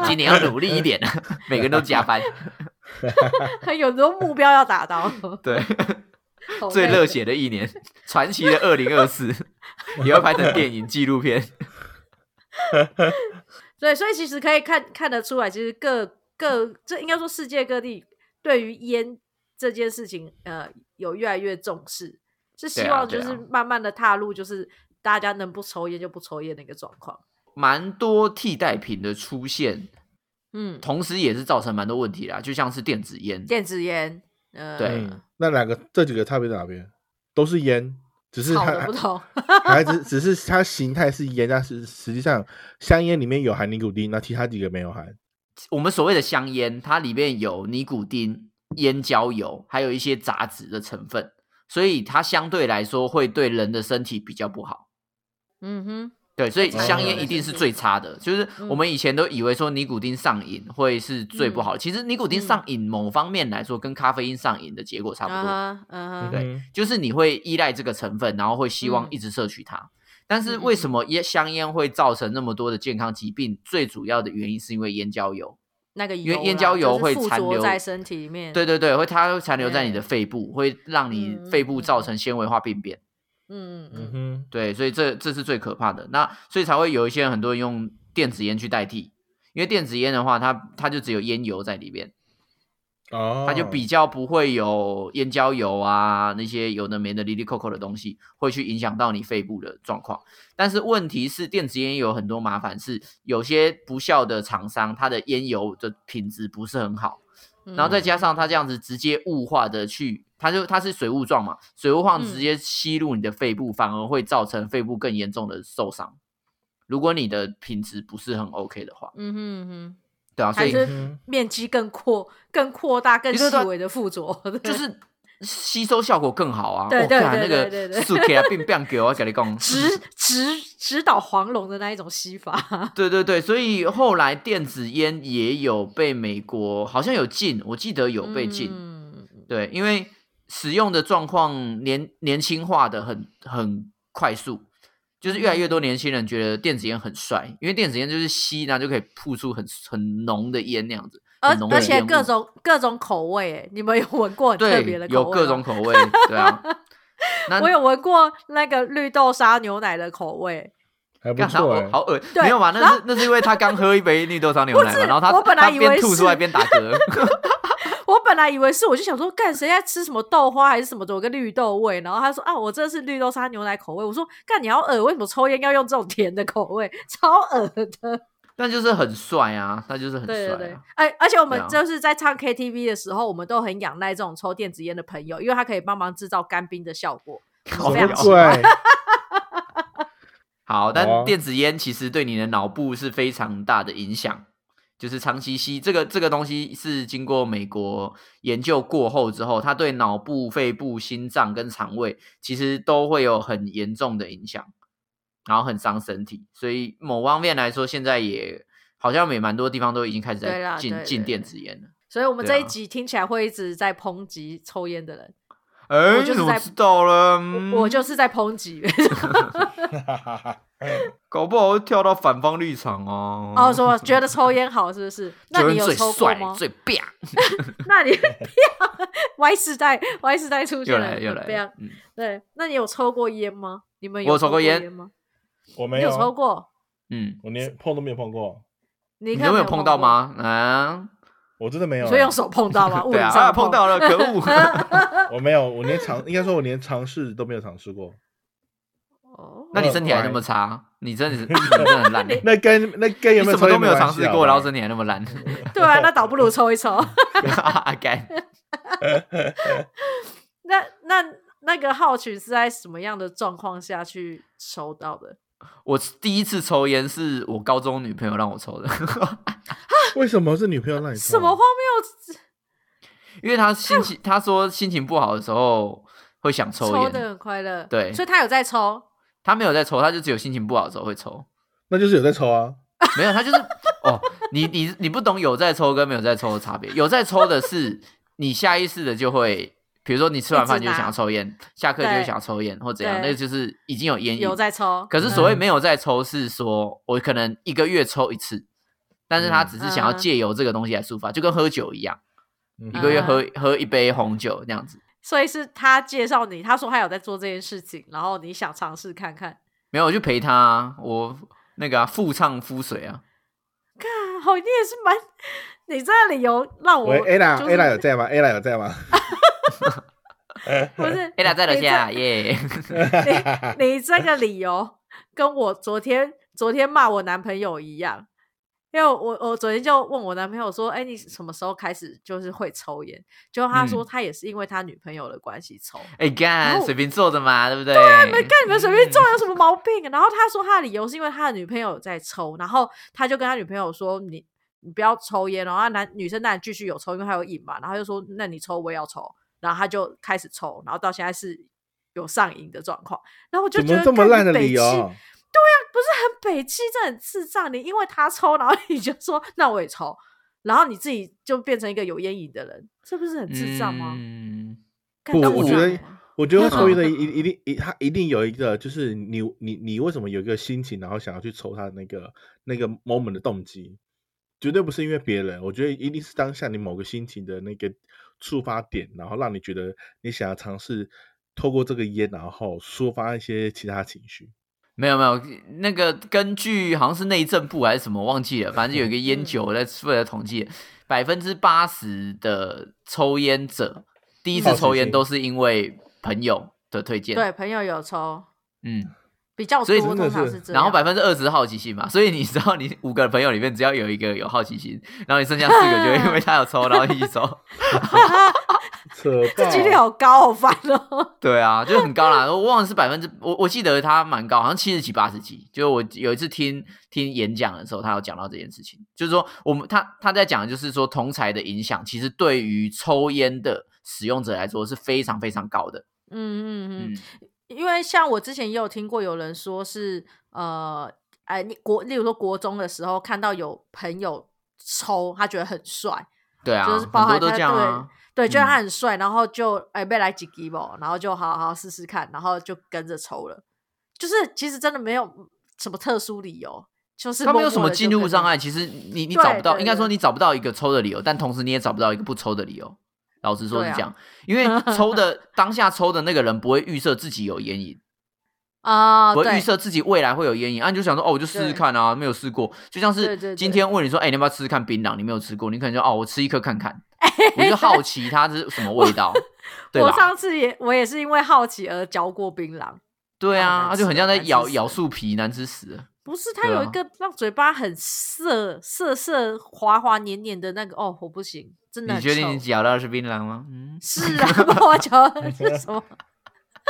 Speaker 3: 今年要努力一点啊，每个人都加班，
Speaker 2: 对有很多目标要达到，
Speaker 3: 对，
Speaker 2: 好
Speaker 3: 最
Speaker 2: 累
Speaker 3: 热血的一年，传奇的二零二四，也要拍成电影纪录片，
Speaker 2: 对，所以其实可以看看得出来，其实各各这应该说世界各地对于烟这件事情，呃，有越来越重视，是希
Speaker 3: 对啊
Speaker 2: 望
Speaker 3: 对
Speaker 2: 就
Speaker 3: 啊
Speaker 2: 是慢慢的踏入就是大家能不抽烟就不抽烟的一个状况。
Speaker 3: 蛮多替代品的出现，
Speaker 2: 嗯，
Speaker 3: 同时也是造成蛮多问题啦，就像是电子烟，
Speaker 2: 电子烟，呃，
Speaker 3: 对
Speaker 1: 嗯，那两个这几个差别在哪边？都是烟，只是
Speaker 2: 好
Speaker 1: 它
Speaker 2: 的
Speaker 3: 啊
Speaker 2: 不同，
Speaker 1: 还只只是它形态是烟，但是实际上香烟里面有含尼古丁，那其他几个没有含。
Speaker 3: 我们所谓的香烟，它里面有尼古丁、烟焦油，还有一些杂质的成分，所以它相对来说会对人的身体比较不好。
Speaker 2: 嗯哼，
Speaker 3: 对，所以
Speaker 1: 会
Speaker 3: 香
Speaker 1: 影响
Speaker 3: 烟
Speaker 1: 人
Speaker 3: 一定是
Speaker 2: 体
Speaker 3: 最差的。就是
Speaker 2: 嗯
Speaker 3: 我们以前都以为说尼古丁上瘾会是最不好的，其实尼古
Speaker 2: 嗯
Speaker 3: 丁上瘾某方面来说跟咖啡因上瘾的结果差不多。
Speaker 2: 啊哈，嗯
Speaker 3: 对
Speaker 2: 哼，
Speaker 1: 嗯
Speaker 3: 就是你会依赖这个成分，然后会希望
Speaker 2: 嗯
Speaker 3: 一直摄取它。但是为什么烟香烟会造成那么多的健康疾病？最主要的原因是因为烟焦油。
Speaker 2: 那个
Speaker 3: 因为
Speaker 2: 油
Speaker 3: 烟
Speaker 2: 啦
Speaker 3: 焦
Speaker 2: 就
Speaker 3: 油
Speaker 2: 是
Speaker 3: 会
Speaker 2: 附
Speaker 3: 残
Speaker 2: 着
Speaker 3: 留
Speaker 2: 在身体里面，
Speaker 3: 对，对对，会它会残留在你的
Speaker 2: 对
Speaker 3: 肺部，会让你
Speaker 2: 嗯
Speaker 3: 肺
Speaker 2: 嗯
Speaker 3: 部造
Speaker 2: 嗯
Speaker 3: 成纤维化病变。
Speaker 2: 嗯
Speaker 1: 嗯
Speaker 2: 嗯
Speaker 1: 哼，
Speaker 3: 对，所以这这是最可怕的。那所以才会有一些人很多人用电子烟去代替，因为电子烟的话，它它就只有烟油在里面，
Speaker 1: 哦，
Speaker 3: 它就比较不会有烟焦油啊那些有的没的、里里扣扣的东西，会去影响到你肺部的状况。但是问题是，电子烟有很多麻烦，是有些不孝的厂商，它的烟油的品质不是很好。
Speaker 2: 嗯，
Speaker 3: 然后再加上它这样子直接雾化的去，它就它是水雾状嘛，水雾
Speaker 2: 嗯
Speaker 3: 状直接吸入你的肺部，反而会造成肺部更严重的受伤。如果你的品质不是很 OK 的话，
Speaker 2: 嗯哼嗯哼。
Speaker 3: 对啊，所
Speaker 2: 还
Speaker 3: 以
Speaker 2: 是
Speaker 1: 嗯
Speaker 2: 面积更扩、更扩大、更
Speaker 3: 对
Speaker 2: 细
Speaker 3: 对
Speaker 2: 微的附着，
Speaker 3: 就是吸收效果更好啊。
Speaker 2: 对
Speaker 3: 我
Speaker 2: 对
Speaker 3: 看那
Speaker 2: 对
Speaker 3: 个
Speaker 2: 对对对
Speaker 3: 速 K 啊，并变给我跟你 讲，
Speaker 2: 直直直导黄龙的那一种吸法。
Speaker 3: 对对对，所以后来电子烟也有被美国好像有禁，我记得有被禁，
Speaker 2: 嗯
Speaker 3: 对，因为使用的状况年年轻化的很很快速，就是越来越多年轻人觉得电子烟很帅，因为电子烟就是吸，然后就可以吐出很很浓的烟那样子，
Speaker 2: 而
Speaker 3: 很浓的
Speaker 2: 而且
Speaker 3: 烟雾
Speaker 2: 各种各种口味，哎，你们有闻过很特别
Speaker 3: 对
Speaker 2: 的口味
Speaker 3: 有
Speaker 2: 吗
Speaker 3: 各种。口味，对啊。那
Speaker 2: 我有闻过那个绿豆沙牛奶的口味，
Speaker 1: 还不
Speaker 3: 干啥？
Speaker 1: 错
Speaker 3: 我
Speaker 1: 哎。
Speaker 3: 好恶
Speaker 2: 对
Speaker 3: 没有嘛？那是那是因为他刚喝一杯绿豆沙牛奶
Speaker 2: 不
Speaker 3: 嘛，
Speaker 2: 是
Speaker 3: 然后他
Speaker 2: 我本来
Speaker 3: 他
Speaker 2: 以
Speaker 3: 边
Speaker 2: 为
Speaker 3: 吐出
Speaker 2: 是
Speaker 3: 来边打嗝，
Speaker 2: 我本来以为是，我就想说，干谁在吃什么豆花还是什么的，有个绿豆味。然后他说啊，我这是绿豆沙牛奶口味。我说干你要恶，为什么抽烟要用这种甜的口味？ 超恶的。
Speaker 3: 但就是很帅啊，他就是很
Speaker 2: 对
Speaker 3: 帅
Speaker 2: 对对
Speaker 3: 啊。，
Speaker 2: 而而且我们
Speaker 3: 对啊
Speaker 2: 就是在唱 KTV 的时候，我们都很仰赖这种抽电子烟的朋友，因为他可以帮忙制造干冰的效果。
Speaker 3: 好
Speaker 2: 这样
Speaker 3: 屌
Speaker 2: 子
Speaker 1: 对，
Speaker 3: 好，
Speaker 1: 好啊
Speaker 3: 但电子烟其实对你的脑部是非常大的影响，就是长期吸这个这个东西是经过美国研究过后之后，它对脑部、肺部、心脏跟肠胃其实都会有很严重的影响，然后很伤身体，所以某方面来说，现在也好像也蛮多地方都已经开始
Speaker 2: 对啦
Speaker 3: 在禁
Speaker 2: 对
Speaker 3: 禁
Speaker 2: 对
Speaker 3: 电
Speaker 2: 对
Speaker 3: 子烟了。
Speaker 2: 所以我们
Speaker 3: 对啊
Speaker 2: 这一集听起来会一直在抨击抽烟的人，
Speaker 3: 哎，
Speaker 2: 我就是
Speaker 3: 你怎么
Speaker 2: 在
Speaker 3: 知道了？嗯
Speaker 2: 我就是在抨击。
Speaker 1: 哈哈哈。
Speaker 3: 恭搞不好会跳到反方立场哦。
Speaker 2: 哦，什么觉得抽烟好是不是？那
Speaker 3: 觉得
Speaker 2: 你有
Speaker 3: 最
Speaker 2: 抽过
Speaker 3: 帅
Speaker 2: 吗？
Speaker 3: 最啪，
Speaker 2: 那你 Y 时代 Y 时代出
Speaker 3: 又
Speaker 2: 现
Speaker 3: 来
Speaker 2: 了，
Speaker 3: 了又来
Speaker 2: 对
Speaker 3: 了
Speaker 2: 啊，，
Speaker 3: 嗯，
Speaker 2: 对，那你有抽过烟吗？你们
Speaker 3: 我有
Speaker 2: 抽
Speaker 3: 抽过
Speaker 2: 过
Speaker 3: 烟
Speaker 2: 吗？
Speaker 1: 我没啊
Speaker 2: 你有抽过？
Speaker 3: 嗯，
Speaker 1: 我连碰都没有碰过，
Speaker 2: 你
Speaker 3: 你
Speaker 2: 看
Speaker 3: 都没
Speaker 2: 有
Speaker 3: 有碰到
Speaker 2: 过？
Speaker 3: 吗？啊，
Speaker 1: 我真的没有、哎
Speaker 2: 所以用手碰到 吗？物理
Speaker 3: 对啊，
Speaker 2: 哦上
Speaker 3: 啊
Speaker 2: 的
Speaker 3: 碰到了，可恶！
Speaker 1: 我没有，我连尝，应该说我连尝试都没有尝试过。
Speaker 2: 哦，
Speaker 3: 那你身体还那么差，你真的是你真的很烂欸，
Speaker 1: 那跟那跟有
Speaker 3: 你
Speaker 1: 没有
Speaker 3: 什么
Speaker 1: 抽
Speaker 3: 都
Speaker 1: 烟
Speaker 3: 没有
Speaker 1: 关
Speaker 3: 尝
Speaker 1: 系啊
Speaker 3: 试
Speaker 1: 好
Speaker 3: 过，
Speaker 1: 吧
Speaker 3: 然后身体还那么烂，
Speaker 2: 对啊，那倒不如抽一抽。
Speaker 3: 干
Speaker 2: 那那那个号曲是在什么样的状况下去抽到的？
Speaker 3: 我第一次抽烟是我高中女朋友让我抽的，
Speaker 1: 为什么是女朋友让你抽
Speaker 2: 什么荒谬？
Speaker 3: 因为她心情，她说心情不好的时候会想抽
Speaker 2: 抽的
Speaker 3: 烟，
Speaker 2: 很快乐，
Speaker 3: 对
Speaker 2: 所以他有在抽。
Speaker 3: 她没有在抽，她就只有心情不好的时候会抽，
Speaker 1: 那就是有在抽啊。
Speaker 3: 没有，她就是哦，你你你不懂有在抽跟没有在抽的差别，有在抽的是你下意识的就会。比如说你吃完饭
Speaker 2: 一直
Speaker 3: 就会想
Speaker 2: 拿
Speaker 3: 要抽烟，下课就会
Speaker 2: 对
Speaker 3: 想要抽烟或怎样，
Speaker 2: 对
Speaker 3: 那个就是已经有烟瘾，
Speaker 2: 有在抽，
Speaker 3: 可是所谓
Speaker 1: 嗯
Speaker 3: 没有在抽，是说我可能一个月抽一次，但是他
Speaker 1: 嗯
Speaker 3: 只是想要借由这个东西来抒发，就跟喝酒一样，
Speaker 1: 嗯
Speaker 3: 一个月喝喝一杯红酒那样子。
Speaker 2: 所以是他介绍你，他说他有在做这件事情，然后你想尝试看看，
Speaker 3: 没有，我就陪他啊，我那个啊，腹唱肤水啊，
Speaker 2: 看，好，你也是蛮，你这个理由让我
Speaker 1: 喂，Ella
Speaker 2: 就是
Speaker 1: Ella 有在吗？Ella 有在吗？
Speaker 2: 不 是
Speaker 3: 哎，他在楼
Speaker 2: 你这
Speaker 3: 下耶，
Speaker 2: 你这个理由跟我昨天昨天骂我男朋友一样，因为我我昨天就问我男朋友说，哎、你什么时候开始就是会抽烟？结果他说
Speaker 3: 嗯
Speaker 2: 他也是因为他女朋友的关系抽。
Speaker 3: 哎
Speaker 2: 然
Speaker 3: 干，
Speaker 2: 后
Speaker 3: 随便坐着嘛，对不对？对啊，
Speaker 2: 那干你们随
Speaker 1: 嗯
Speaker 2: 便中有什么毛病？啊然后他说他的理由是因为他的女朋友有在抽，然后他就跟他女朋友说你你不要抽烟哦，然后男女生当然继续有抽，因为他有瘾嘛。然后他就说那你抽我也要抽，然后他就开始抽，然后到现在是有上瘾的状况。然后我就
Speaker 1: 怎
Speaker 2: 觉
Speaker 1: 么
Speaker 2: 得
Speaker 1: 这么
Speaker 2: 干
Speaker 1: 烂
Speaker 2: 你
Speaker 1: 的
Speaker 2: 北
Speaker 1: 理
Speaker 2: 七啊
Speaker 1: 由？
Speaker 2: 不是很北气，这很智障。你因为他抽，然后你就说那我也抽，然后你自己就变成一个有烟瘾的人，这不是很智障吗？
Speaker 3: 嗯，
Speaker 2: 干
Speaker 1: 不
Speaker 2: 这
Speaker 1: 我
Speaker 2: 很
Speaker 1: 觉
Speaker 2: 智
Speaker 1: 得
Speaker 2: 障吗
Speaker 1: 我觉得会抽烟的一一定一他一定有一个，就是你你你为什么有一个心情，然后想要去抽他的那个那个 moment 的动机，绝对不是因为别人，我觉得一定是当下你某个心情的那个触发点，然后让你觉得你想要尝试透过这个烟，然后抒发一些其他情绪。
Speaker 3: 没有没有，那个根据好像是内政部还是什么忘记了，反正有一 个
Speaker 2: 嗯
Speaker 3: 烟酒在负责统计，百分之八十的抽烟者第一次抽烟都是因为朋友的推荐，
Speaker 2: 对，朋友有抽
Speaker 3: 嗯，
Speaker 2: 比较多，
Speaker 3: 所以
Speaker 2: 通
Speaker 1: 真的
Speaker 2: 常
Speaker 1: 是
Speaker 2: 是这样。
Speaker 3: 然后百分之二十好奇心嘛，所以你知道你五个朋友里面只要有一个有好奇心，然后你剩下四个就会因 为他有抽，然后一起抽，
Speaker 1: 扯
Speaker 2: 这
Speaker 1: 爆
Speaker 2: 几率好高，好烦哦。
Speaker 3: 对啊，就很高啦， 我忘了是百分之我我记得他蛮高，好像七十几八十几，就是我有一次听听演讲的时候，他有讲到这件事情，就是说我们他他在讲的就是说同才的影响，其实对于抽烟的使用者来说是非常非常高的，
Speaker 2: 嗯嗯
Speaker 3: 嗯
Speaker 2: 嗯，，因为像我之前也有听过有人说是呃，哎，你国例如说国中的时候看到有朋友抽，他觉得很帅，
Speaker 3: 对啊，
Speaker 2: 就是包含
Speaker 3: 很多都
Speaker 2: 他
Speaker 3: 这样啊，
Speaker 2: 对，觉得
Speaker 3: 嗯
Speaker 2: 他很帅，然后就哎被来几滴吧，然后就好好试试看，然后就跟着抽了。就是其实真的没有什么特殊理由，就是
Speaker 3: 他们有
Speaker 2: 默
Speaker 3: 什
Speaker 2: 默
Speaker 3: 么
Speaker 2: 地就
Speaker 3: 进入
Speaker 2: 跟
Speaker 3: 障
Speaker 2: 着
Speaker 3: 碍？其实你你
Speaker 2: 对
Speaker 3: 找不到，
Speaker 2: 对
Speaker 3: 应该说
Speaker 2: 对
Speaker 3: 你找不到一个抽的理由，但同时你也找不到一个不抽的理由。老实说
Speaker 2: 对
Speaker 3: 是
Speaker 2: 啊
Speaker 3: 这样，因为抽的 当下抽的那个人不会预设自己有烟瘾，
Speaker 2: 啊，
Speaker 3: 不会
Speaker 2: 对
Speaker 3: 预设自己未来会有烟瘾，啊，你就想说哦，我就试试
Speaker 2: 对
Speaker 3: 看啊，没有试过，就像
Speaker 2: 对
Speaker 3: 是
Speaker 2: 对
Speaker 3: 今
Speaker 2: 对
Speaker 3: 天问你说，哎，你要不要吃吃看槟榔？你没有吃过，你可能就哦，我吃一颗 看看，我就好奇它是什么味道，对
Speaker 2: 我
Speaker 3: 吧？
Speaker 2: 上次也我也是因为好奇而嚼过槟榔，
Speaker 3: 对
Speaker 2: 好
Speaker 3: 啊，
Speaker 2: 难
Speaker 3: 它就很
Speaker 2: 吃
Speaker 3: 像在
Speaker 2: 哎难吃
Speaker 3: 咬
Speaker 2: 死
Speaker 3: 咬
Speaker 2: 了
Speaker 3: 树皮，难吃死了。
Speaker 2: 不是它
Speaker 3: 对
Speaker 2: 有一
Speaker 3: 啊
Speaker 2: 个让嘴巴很涩涩涩滑滑黏黏的那个哦，我不行，真的
Speaker 3: 你
Speaker 2: 很
Speaker 3: 确定你
Speaker 2: 臭
Speaker 3: 咬到的是槟榔吗？嗯，
Speaker 2: 是啊， 不然我嚼的是什么？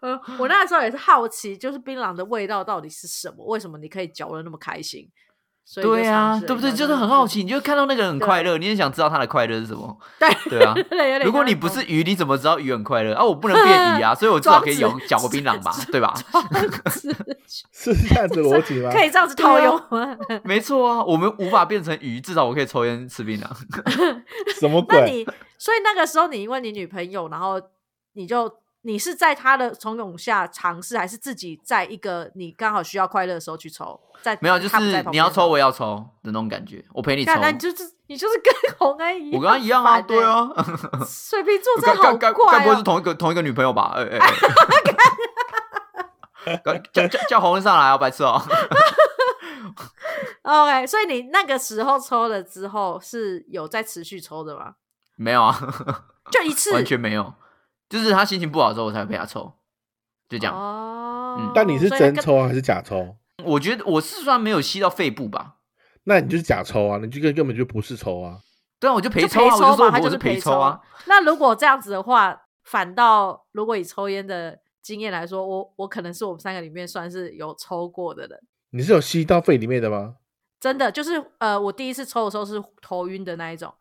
Speaker 2: 呃，我那时候也是好奇，就是槟榔的味道到底是什么？为什么你可以嚼的那么开心？所以就
Speaker 3: 对
Speaker 2: 尝
Speaker 3: 啊，
Speaker 2: 试了
Speaker 3: 对不
Speaker 2: 一
Speaker 3: 对？
Speaker 2: 下
Speaker 3: 就是
Speaker 2: 说嗯
Speaker 3: 很好奇，你就看到那个人很
Speaker 2: 对
Speaker 3: 快乐，你也想知道他的快乐是什么。
Speaker 2: 对，
Speaker 3: 对 啊
Speaker 2: 有点
Speaker 3: 如果
Speaker 2: 像
Speaker 3: 你
Speaker 2: 那
Speaker 3: 不
Speaker 2: 种
Speaker 3: 是鱼，你怎么知道鱼很快乐啊？我不能变 鱼啊，所以我至少可以咬
Speaker 2: 庄子
Speaker 3: 嚼个槟榔吧，对吧？
Speaker 1: 是这样子逻辑吗？
Speaker 2: 可以这样子
Speaker 3: 啊
Speaker 2: 套用吗？
Speaker 3: 没错啊，我们无法变成鱼，至少我可以抽烟吃槟榔。啊
Speaker 1: 什么
Speaker 2: 那
Speaker 1: 鬼？
Speaker 2: 你所以那个时候你因为你女朋友，然后你就你是在他的怂恿下尝试，还是自己在一个你刚好需要快乐的时候去抽？在
Speaker 3: 没有，就
Speaker 2: 他不在
Speaker 3: 是
Speaker 2: 旁
Speaker 3: 你
Speaker 2: 边
Speaker 3: 要
Speaker 2: 的
Speaker 3: 抽，我也要抽的那种感觉。我陪你抽
Speaker 2: 干，，那你就是你就是跟 红安一样，
Speaker 3: 我跟他一样啊，
Speaker 2: 很烦欸
Speaker 3: 对，啊。
Speaker 2: 水瓶 座真
Speaker 3: 该
Speaker 2: 的好
Speaker 3: 该该该
Speaker 2: 怪
Speaker 3: 不会是
Speaker 2: 哦。
Speaker 3: 同一个同一个女朋友吧？哎哎哎，该叫叫叫红人上来啊，白痴哦！
Speaker 2: 哦 OK，所以你那个时候抽了之后是有在持续抽的吗？
Speaker 3: 没有啊，
Speaker 2: 就一次，
Speaker 3: 完全没有，就是他心情不好的时候，我才会陪他抽，就这样。
Speaker 2: 哦
Speaker 3: 嗯。
Speaker 1: 但你是
Speaker 2: 所以
Speaker 1: 真
Speaker 2: 跟
Speaker 1: 抽还是假抽？
Speaker 3: 我觉得我是算没有吸到肺部吧，
Speaker 1: 那你就是假抽啊，你这个根本就不是抽啊。
Speaker 3: 对啊，我就陪
Speaker 2: 就
Speaker 3: 抽啊，
Speaker 2: 陪抽
Speaker 3: 我就说
Speaker 2: 嘛他
Speaker 3: 我
Speaker 2: 就是陪
Speaker 3: 陪抽啊，
Speaker 2: 那如果这样子的话，反倒如果以抽烟的经验来说，我我可能是我们三个里面算是有抽过的人，
Speaker 1: 你是有吸到肺里面的吗？
Speaker 2: 真的就是呃，我第一次抽的时候是头晕的那一种，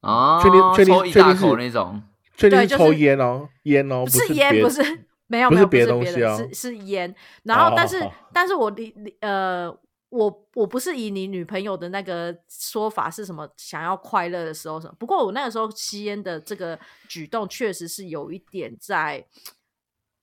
Speaker 3: 啊，
Speaker 1: 确定确定
Speaker 3: 抽一
Speaker 1: 确定
Speaker 3: 大口
Speaker 1: 是
Speaker 3: 那种，
Speaker 1: 确定
Speaker 2: 对
Speaker 1: 是
Speaker 2: 就是
Speaker 1: 抽烟哦，烟哦，
Speaker 2: 不
Speaker 1: 是
Speaker 2: 烟，
Speaker 1: 别
Speaker 2: 不是。没有
Speaker 1: 不
Speaker 2: 没
Speaker 1: 是
Speaker 2: 有，不
Speaker 1: 别
Speaker 2: 是
Speaker 1: 的东
Speaker 2: 别
Speaker 1: 西
Speaker 2: 的，
Speaker 1: 啊
Speaker 2: 是是烟。然后，但是、
Speaker 1: 哦
Speaker 2: 但是我理理呃，我我不是以你女朋友的那个说法是什么想要快乐的时候什么。不过我那个时候吸烟的这个举动确实是有一点在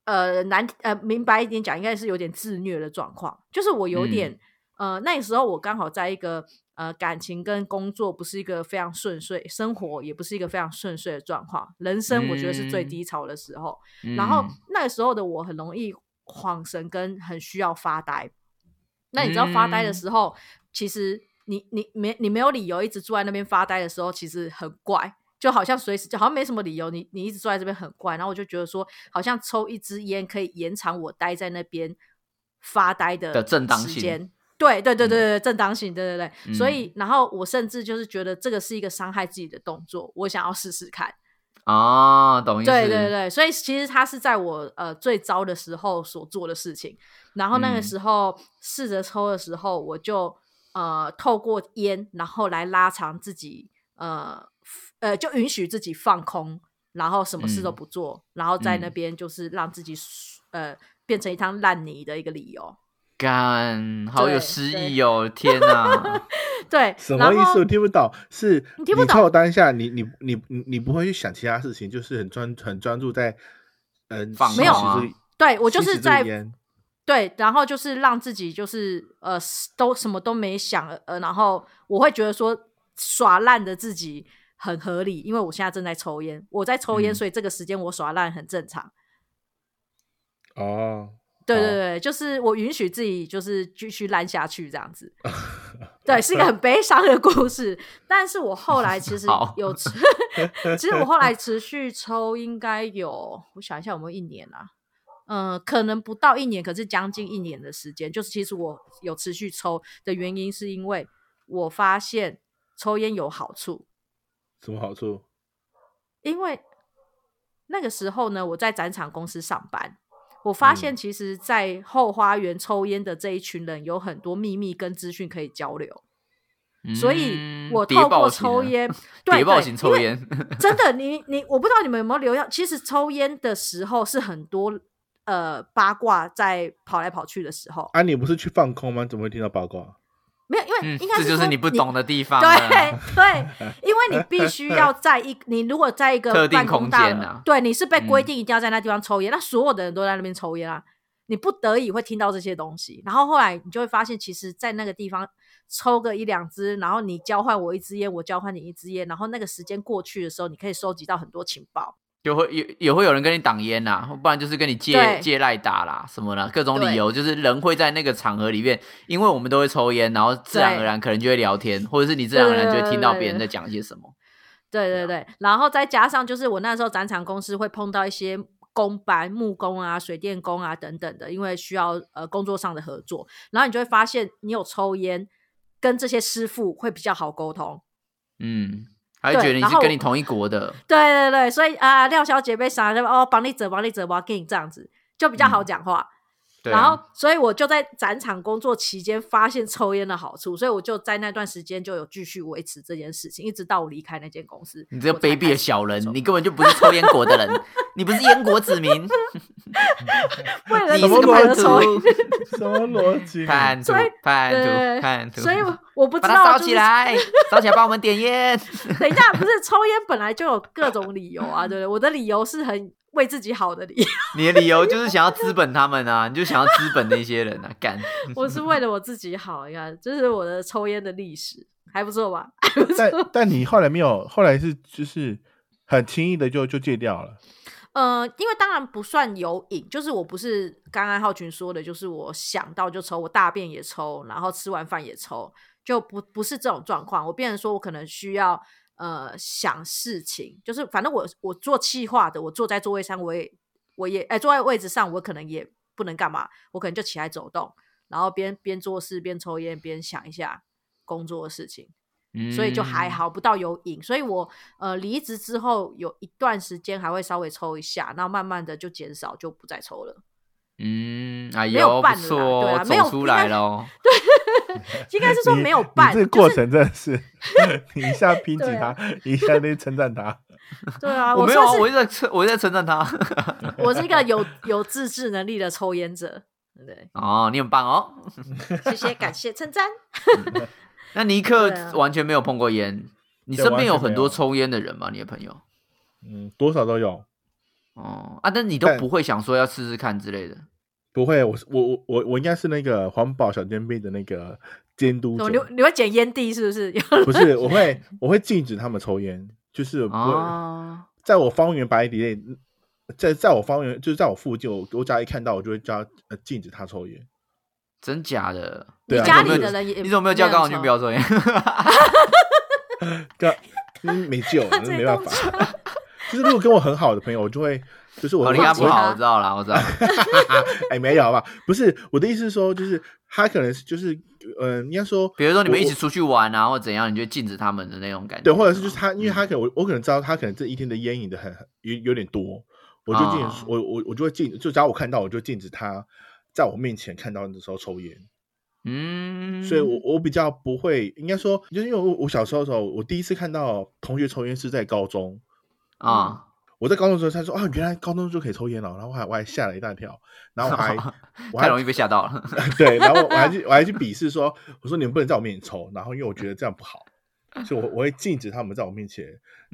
Speaker 2: 呃难呃明白一点讲，应该是有点自虐的状况。就是我
Speaker 1: 嗯
Speaker 2: 有点、呃那时候我刚好在一个呃感情跟工作不是一个非常顺遂，生活也不是一个非常顺遂的状况，人生我觉得是最
Speaker 3: 嗯
Speaker 2: 低潮的时候。然后
Speaker 3: 嗯
Speaker 2: 那个时候的我很容易恍神，跟很需要发呆。那你知道发呆的
Speaker 3: 嗯
Speaker 2: 时候，其实你你没你没有理由一直坐在那边发呆的时候，其实很怪，就好像随时就好像没什么理由，你你一直坐在这边很怪。然后我就觉得说，好像抽一支烟可以延长我待在那边发呆的
Speaker 3: 的正当性
Speaker 2: 时间。对对对对对，正当性，对对对。所
Speaker 3: 嗯
Speaker 2: 以，然后我甚至就是觉得这个是一个伤害自己的动作，我想要试试看。
Speaker 3: 啊，懂意思，
Speaker 2: 对对对，所以其实他是在我呃最糟的时候所做的事情。然后那个
Speaker 3: 嗯
Speaker 2: 时候试着抽的时候，我就呃透过烟，然后来拉长自己呃呃就允许自己放空，然后什么事都
Speaker 3: 嗯
Speaker 2: 不做，然后在那
Speaker 3: 嗯
Speaker 2: 边就是让自己呃变成一滩烂泥的一个理由。
Speaker 3: 干，好有
Speaker 2: 对
Speaker 3: 诗
Speaker 2: 对
Speaker 3: 意哦，天哪，
Speaker 2: 对，
Speaker 1: 什
Speaker 2: 然
Speaker 1: 么意思？
Speaker 2: 后
Speaker 1: 我听不懂。是
Speaker 2: 你听不懂
Speaker 1: 抽当下，你你你你你不会去想其他事情，就是很专很专注在嗯，
Speaker 3: 放
Speaker 1: 吸
Speaker 2: 没有
Speaker 1: 食
Speaker 3: 啊
Speaker 1: 这个
Speaker 2: 对我就
Speaker 1: 吸
Speaker 2: 是
Speaker 1: 食这个
Speaker 2: 在
Speaker 1: 烟
Speaker 2: 对，然后就是让自己就是呃，s- 都什么都没想，呃，然后我会觉得说耍烂的自己很合理，因为我现在正在抽烟，我在抽烟，
Speaker 3: 嗯
Speaker 2: 所以这个时间我耍烂很正常。
Speaker 1: 哦。
Speaker 2: 对对
Speaker 1: 好
Speaker 2: 对，就是我允许自己就是继续烂下去这样子。对，是一个很悲伤的故事，但是我后来其实
Speaker 3: 好
Speaker 2: 有持，其实我后来持续抽应该有，我想一下有没有一年啊？嗯，可能不到一年，可是将近一年的时间。就是其实我有持续抽的原因，是因为我发现抽烟有好处，
Speaker 1: 什么好处？
Speaker 2: 因为那个时候呢，我在展场公司上班，我发现
Speaker 1: 嗯
Speaker 2: 其实，在后花园抽烟的这一群人有很多秘密跟资讯可以交流， 所以
Speaker 3: 嗯
Speaker 2: 我
Speaker 3: 谍
Speaker 2: 透
Speaker 3: 报
Speaker 2: 过
Speaker 3: 型
Speaker 2: 抽
Speaker 3: 的
Speaker 2: 烟， 对
Speaker 3: 谍报
Speaker 2: 对，
Speaker 3: 型
Speaker 2: 因
Speaker 3: 抽
Speaker 2: 为
Speaker 3: 烟，
Speaker 2: 真的，你你我不知道你们有没有留意到，其实抽烟的时候是很多呃八卦在跑来跑去的时候，
Speaker 1: 啊，你不是去放空吗？怎么会听到八卦？
Speaker 2: 没有，因为
Speaker 3: 嗯，
Speaker 2: 应该
Speaker 3: 这就是
Speaker 2: 说
Speaker 3: 你不懂的地方啊了，
Speaker 2: 对对，因为你必须要在一， 你如果在一个
Speaker 3: 特定
Speaker 2: 办公
Speaker 3: 空
Speaker 2: 大
Speaker 3: 间
Speaker 2: 楼
Speaker 3: 啊
Speaker 2: 对，你是被规
Speaker 3: 嗯
Speaker 2: 定一定要在那地方抽烟，那所有的人都在那边抽烟啊，你不得已会听到这些东西。然后后来你就会发现，其实，在那个地方抽个一两支，然后你交换我一支烟，我交换你一支烟，然后那个时间过去的时候，你可以收集到很多情报。
Speaker 3: 就会也也会有人跟你挡烟呐，不然就是跟你借
Speaker 2: 对
Speaker 3: 借赖打啦什么啦，各种理
Speaker 2: 对
Speaker 3: 由，就是人会在那个场合里面，因为我们都会抽烟，然后自然
Speaker 2: 对
Speaker 3: 而然可能就会聊天，或者是你自然而然就会听到
Speaker 2: 对对对
Speaker 3: 别人在讲些什么。
Speaker 2: 对对
Speaker 3: 啊
Speaker 2: 对，然后再加上就是我那时候展场公司会碰到一些工班、木工啊、水电工啊等等的，因为需要呃工作上的合作，然后你就会发现你有抽烟，跟这些师傅会比较好沟通。
Speaker 3: 嗯，他会觉得你
Speaker 2: 然
Speaker 3: 是
Speaker 2: 后
Speaker 3: 跟你
Speaker 2: 我
Speaker 3: 同一国的，
Speaker 2: 对对对，所以啊、廖小姐被杀了，哦，帮你折，帮你折，我给你这样子就比较好
Speaker 3: 嗯
Speaker 2: 讲话。
Speaker 3: 对啊
Speaker 2: 然后，所以我就在展场工作期间发现抽烟的好处，所以我就在那段时间就有继续维持这件事情，一直到我离开那间公司。
Speaker 3: 你这个
Speaker 2: 我才
Speaker 3: 卑鄙的
Speaker 2: 开始
Speaker 3: 小
Speaker 2: 抽
Speaker 3: 人，你根本就不是抽烟国的人，你不是烟国子民，
Speaker 2: 为了
Speaker 3: 你
Speaker 2: 这
Speaker 1: 什
Speaker 3: 是
Speaker 1: 么
Speaker 2: 个为
Speaker 3: 个
Speaker 1: 国
Speaker 2: 了
Speaker 3: 叛
Speaker 2: 抽烟。
Speaker 3: 徒，
Speaker 1: 什么 逻辑？
Speaker 3: 叛徒
Speaker 2: 所以，
Speaker 3: 叛
Speaker 2: 对
Speaker 3: 徒，叛徒，
Speaker 2: 所以我我不知
Speaker 3: 把它
Speaker 2: 道，
Speaker 3: 烧
Speaker 2: 就
Speaker 3: 起
Speaker 2: 是
Speaker 3: 来，烧起来帮我们点烟。
Speaker 2: 等一下，不是抽烟本来就有各种理由啊，对不对？我的理由是很为自己好的理由，
Speaker 3: 你的理由就是想要资本他们啊，你就想要资本那些人啊，干。
Speaker 2: 我是为了我自己好。你看，这是我的抽烟的历史，还不错吧？还不错。
Speaker 1: 但但你后来没有，后来是就是很轻易的就就戒掉了。
Speaker 2: 呃，因为当然不算有瘾，就是我不是刚刚浩群说的，就是我想到就抽，我大便也抽，然后吃完饭也抽，就不不是这种状况。我变成说我可能需要呃想事情，就是反正我我做气化的，我坐在座位上，我也我也哎、坐在位置上，我可能也不能干嘛，我可能就起来走动，然后边边做事边抽烟边想一下工作的事情。
Speaker 3: 嗯
Speaker 2: 所以就
Speaker 1: 嗯
Speaker 2: 还好，不到有瘾。所以我呃离职之后有一段时间还会稍微抽一下，然后慢慢的就减少，就不再抽了。
Speaker 3: 嗯，哎
Speaker 2: 没有
Speaker 3: 呦，
Speaker 2: 办
Speaker 3: 不
Speaker 2: 啦
Speaker 3: 错
Speaker 2: 对
Speaker 3: 哦
Speaker 2: 啊，没有
Speaker 3: 走出来了哦。
Speaker 2: 应该是说没有
Speaker 1: 你
Speaker 2: 办，
Speaker 1: 你这个
Speaker 2: 就
Speaker 1: 过
Speaker 2: 是
Speaker 1: 程真的是， 你一下抨击
Speaker 2: 对啊
Speaker 1: 他，一下那称赞 他。
Speaker 2: 对啊，
Speaker 3: 我没有
Speaker 2: 算
Speaker 3: 啊，
Speaker 2: 是
Speaker 3: 我一直在称，我一直在称赞他。
Speaker 2: 我是一个有有自制能力的抽烟者，对不
Speaker 3: 哦，你很棒哦。
Speaker 2: 对？谢谢，感谢称赞。
Speaker 3: 那尼克
Speaker 2: 对啊
Speaker 3: 完全没有碰过烟，你
Speaker 1: 对
Speaker 3: 身
Speaker 1: 完
Speaker 3: 边
Speaker 1: 全
Speaker 3: 有很多
Speaker 1: 没有
Speaker 3: 抽烟的人吗？你的朋友？
Speaker 1: 嗯，多少都有。
Speaker 3: 哦啊，但你都
Speaker 1: 但
Speaker 3: 不会想说要试试看之类的。
Speaker 1: 不会，我是我我我我应该是那个环保小尖兵的那个监督
Speaker 2: 哦你
Speaker 1: 者，
Speaker 2: 你会捡烟蒂是不 是？
Speaker 1: 不是，我会我会禁止他们抽烟，就是我不会、
Speaker 2: 哦
Speaker 3: 啊，
Speaker 1: 在我方圆百里内，在在我方圆就是在我附近，我我只要一看到，我就会叫他呃禁止他抽烟。
Speaker 3: 真假的？
Speaker 1: 对啊
Speaker 2: 你家
Speaker 1: 有没有
Speaker 2: 里的人也
Speaker 3: 你怎么没有叫高
Speaker 2: 高
Speaker 3: 红军不要抽烟？
Speaker 1: 这嗯没救了，
Speaker 2: 他
Speaker 1: 那
Speaker 2: 这
Speaker 1: 没办
Speaker 2: 动
Speaker 1: 法。就是如果跟我很好的朋友，我就会就是我
Speaker 3: 哦，
Speaker 1: 会
Speaker 3: 你跟他不
Speaker 2: 我
Speaker 3: 好，
Speaker 2: 我
Speaker 3: 我知道啦，我知道。
Speaker 1: 哎没有吧？不是我的意思是说，就是他可能是就是嗯、呃应该说
Speaker 3: 比如说你们一
Speaker 1: 我
Speaker 3: 起出去玩啊，或者怎样，你就禁止他们的那种感觉。
Speaker 1: 对，或者是就是
Speaker 3: 吗
Speaker 1: 他，因为他可能我我可能知道他可能这一天的烟瘾的很很有有点多，我就禁止、
Speaker 3: 啊
Speaker 1: 我我我就会禁，就只要我看到我就禁止他在我面前看到的时候抽烟，
Speaker 3: 嗯，
Speaker 1: 所以我我比较不会，应该说就是因为我我小时候的时候，我第一次看到同学抽烟是在高中，
Speaker 3: 啊，
Speaker 1: 我在高中的时候他说啊，原来高中就可以抽烟了，然后我还我还吓了一大跳，然后我还我
Speaker 3: 太
Speaker 1: 还
Speaker 3: 容易被吓到了。
Speaker 1: 对，然后我还去我还去鄙视说，我说你们不能在我面前抽，然后因为我觉得这样不好，
Speaker 3: 嗯
Speaker 1: 所以我我会禁止他们在我面前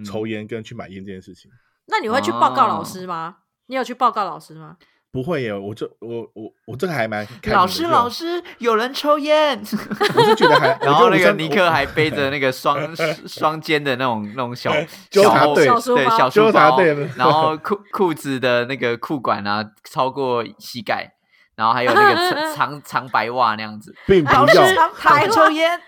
Speaker 1: 抽烟跟去买烟这件事情。
Speaker 2: 那你会去报告老
Speaker 3: 哦
Speaker 2: 师吗？你有去报告老师吗？
Speaker 1: 不会耶，我这我我我这个还蛮开明的
Speaker 3: 老师，
Speaker 1: 就
Speaker 3: 老师，有人抽烟。
Speaker 1: 我是觉得还，
Speaker 3: 然
Speaker 1: 我
Speaker 3: 后
Speaker 1: 觉得
Speaker 3: 那
Speaker 1: 我上
Speaker 3: 个尼
Speaker 1: 我
Speaker 3: 克还背着那个双 双肩的那种那种小
Speaker 1: 纠
Speaker 3: 小
Speaker 1: 察
Speaker 3: 后
Speaker 1: 队
Speaker 2: 小书
Speaker 3: 对
Speaker 2: 包
Speaker 3: 小书
Speaker 1: 纠察
Speaker 3: 包
Speaker 1: 队的，
Speaker 3: 然后裤裤子的那个裤管啊超过膝盖，然后还有那个长 长长白袜那样子。
Speaker 1: 并不
Speaker 2: 老师
Speaker 1: 要，
Speaker 2: 长白
Speaker 3: 还
Speaker 2: 袜
Speaker 3: 抽烟，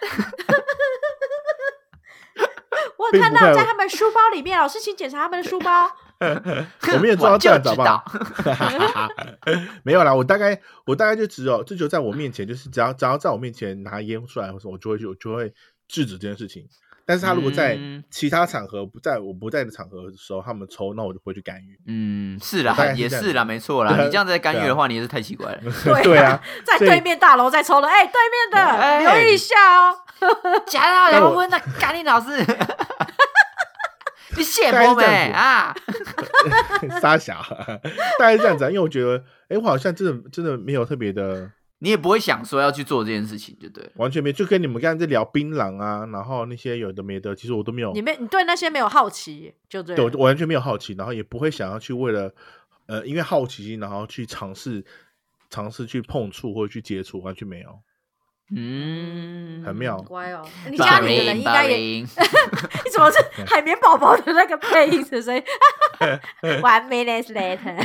Speaker 2: 我有
Speaker 1: 并
Speaker 2: 看
Speaker 1: 不
Speaker 2: 到
Speaker 1: 会
Speaker 2: 在他们书包里面，老师请检查他们的书包。
Speaker 1: 我们也知
Speaker 3: 我
Speaker 1: 道这
Speaker 3: 就
Speaker 1: 样子好
Speaker 3: 知
Speaker 1: 不好
Speaker 3: 道？。
Speaker 1: 没有啦，我大概我大概就只有这就在我面前，就是只要只要在我面前拿烟出来或者我就会我就会制止这件事情。但是他如果在
Speaker 3: 嗯
Speaker 1: 其他场合不在我不在的场合的时候，他们抽，那我就不会去干预。
Speaker 3: 嗯，是
Speaker 1: 大
Speaker 3: 啦，
Speaker 1: 概是
Speaker 3: 也
Speaker 1: 这样
Speaker 3: 是啦，
Speaker 1: 子
Speaker 3: 没错啦。
Speaker 1: 对啊
Speaker 3: 你这样在干预
Speaker 1: 对啊
Speaker 3: 的话，你也是太奇 怪了。
Speaker 1: 对啊，
Speaker 2: 在
Speaker 1: 所以
Speaker 2: 对面大楼在抽了，哎、对面的、
Speaker 3: 哎
Speaker 2: 留意一下哦。
Speaker 3: 假的，
Speaker 1: 但
Speaker 3: 杨
Speaker 1: 我
Speaker 3: 温的，赶紧老师， 你写
Speaker 1: 大概
Speaker 3: 我
Speaker 1: 是这样子
Speaker 3: 没啊？
Speaker 1: 沙小，大概是这样子啊。因为我觉得，哎，我好像真的真的没有特别的，
Speaker 3: 你也不会想说要去做这件事情，就对了。
Speaker 1: 完全没，就跟你们刚才在聊槟榔啊，然后那些有的没的，其实我都没有
Speaker 2: 你，没，你对那些没有好奇，就对
Speaker 1: 对，
Speaker 2: 了。
Speaker 1: 我我完全没有好奇，然后也不会想要去为了，呃，因为好奇心，然后去尝试尝试去碰触或者去接触，完全没有。
Speaker 3: 嗯，
Speaker 1: 很妙
Speaker 2: 乖 哦，你
Speaker 1: 霸
Speaker 2: 家里的人应该也，你
Speaker 3: 也
Speaker 2: 怎么是海绵宝宝的那个配音的声音 ？One minute later。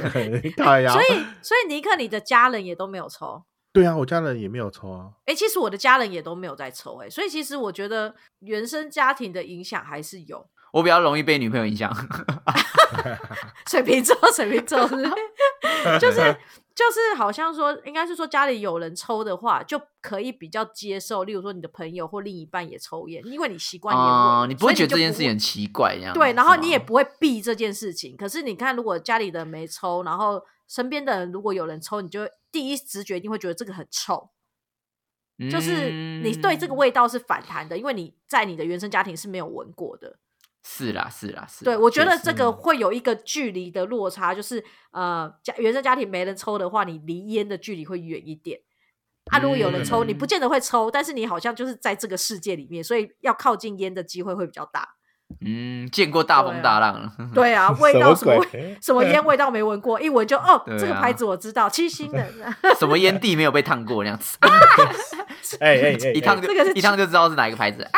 Speaker 1: 大呀
Speaker 2: 所，以，所以尼克，你的家人也都没有抽。
Speaker 1: 对啊，我家人也没有抽啊。
Speaker 2: 哎、其实我的家人也都没有在抽、哎，所以其实我觉得原生家庭的影响还是有。
Speaker 3: 我比较容易被女朋友影响。
Speaker 2: 水瓶座，水瓶座 是不是就是就是好像说，应该是说家里有人抽的话，就可以比较接受。例如说，你的朋友或另一半也抽烟，因为你习惯烟味了、
Speaker 3: 哦，你不
Speaker 2: 所
Speaker 3: 会
Speaker 2: 以
Speaker 3: 觉得这
Speaker 2: 就
Speaker 3: 件事情很奇怪，这样
Speaker 2: 对，然后你也
Speaker 3: 是吗
Speaker 2: 不会避这件事情。可是你看，如果家里的人没抽，然后身边的人如果有人抽，你就会第一直觉一定会觉得这个很臭，就是你对这个
Speaker 3: 嗯
Speaker 2: 味道是反弹的，因为你在你的原生家庭是没有闻过的。
Speaker 3: 是啦是啦是啦。
Speaker 2: 对，我觉
Speaker 3: 确
Speaker 2: 得
Speaker 3: 实
Speaker 2: 这个会有一个距离的落差，就是呃，家原生家庭没人抽的话，你离烟的距离会远一点。啊，如果有人抽，
Speaker 1: 嗯
Speaker 2: 你不见得会抽，但是你好像就是在这个世界里面，所以要靠近烟的机会会比较大。
Speaker 3: 嗯，见过大风大浪了。
Speaker 2: 对啊，味
Speaker 1: 嗯 什
Speaker 2: 道
Speaker 1: 么
Speaker 2: 什么味
Speaker 1: 鬼？
Speaker 2: 什么烟 味道没闻过，一闻就哦，
Speaker 3: 对啊
Speaker 2: 这个牌子我知道，七星的，
Speaker 3: 什么烟蒂没有被烫过那 样子，
Speaker 1: 哎哎哎，
Speaker 3: 一烫就
Speaker 2: 这个是
Speaker 3: 一烫就知道是哪一个牌子啊？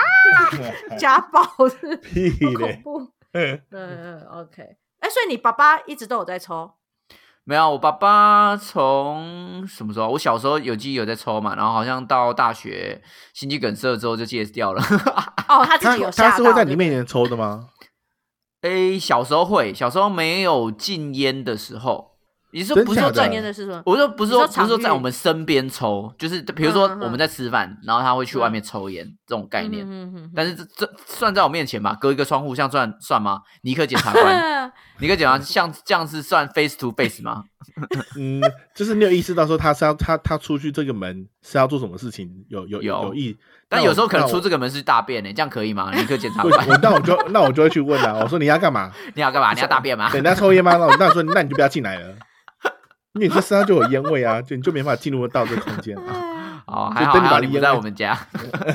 Speaker 1: 哎
Speaker 2: 家暴，好
Speaker 1: 屁
Speaker 2: 恐
Speaker 1: 嘞！
Speaker 2: 怖。嗯嗯，OK。哎，所以你爸爸一直都有在抽，
Speaker 3: 没有，我爸爸从什么时候？我小时候有记忆有在抽嘛，然后好像到大学心肌梗塞之后就戒掉了。
Speaker 2: 哦，他自
Speaker 1: 他
Speaker 2: 己有
Speaker 1: 他
Speaker 2: 吓到。
Speaker 1: 是会在你
Speaker 2: 对不对
Speaker 1: 面前抽的吗？
Speaker 3: 诶，小时候会，小时候没有禁烟的时候，你说
Speaker 1: 真
Speaker 3: 不是
Speaker 1: 假
Speaker 3: 说
Speaker 1: 的
Speaker 3: 在
Speaker 2: 正面的是什么？
Speaker 3: 我说不是说
Speaker 2: 你说
Speaker 3: 不是说在
Speaker 2: 场域
Speaker 3: 我们身边抽，就是比如说
Speaker 2: 嗯嗯嗯
Speaker 3: 我们在吃饭，然后他会去外面抽烟、这种概念。
Speaker 2: 嗯嗯
Speaker 3: 但是这这算在我面前吧，隔一个窗户，像算算吗？尼克检察官，
Speaker 2: 嗯
Speaker 3: 尼克检察官像这样是算 face to face 吗？
Speaker 1: 嗯，就是没有意识到说他是要他他出去这个门是要做什么事情，有有
Speaker 3: 有
Speaker 1: 有意。
Speaker 3: 但有时候可能出
Speaker 1: 这，
Speaker 3: 这个门是大便欸呢、这样可以吗？尼克检察
Speaker 1: 我
Speaker 3: 官，
Speaker 1: 我那我就那我就会去问了，我说你要干嘛？
Speaker 3: 你要干嘛？你要大便吗？
Speaker 1: 等他抽烟吗？那我那我说那你就不要进来了，因为你这身上就有烟味啊，就你就没办法进入到这个空间啊。
Speaker 2: 嗯
Speaker 3: 哦，
Speaker 1: 就
Speaker 3: 还好
Speaker 1: 等你
Speaker 3: 还
Speaker 1: 把
Speaker 3: 好你
Speaker 1: 你
Speaker 3: 不
Speaker 1: 烟
Speaker 3: 在
Speaker 1: 味
Speaker 3: 我 们家。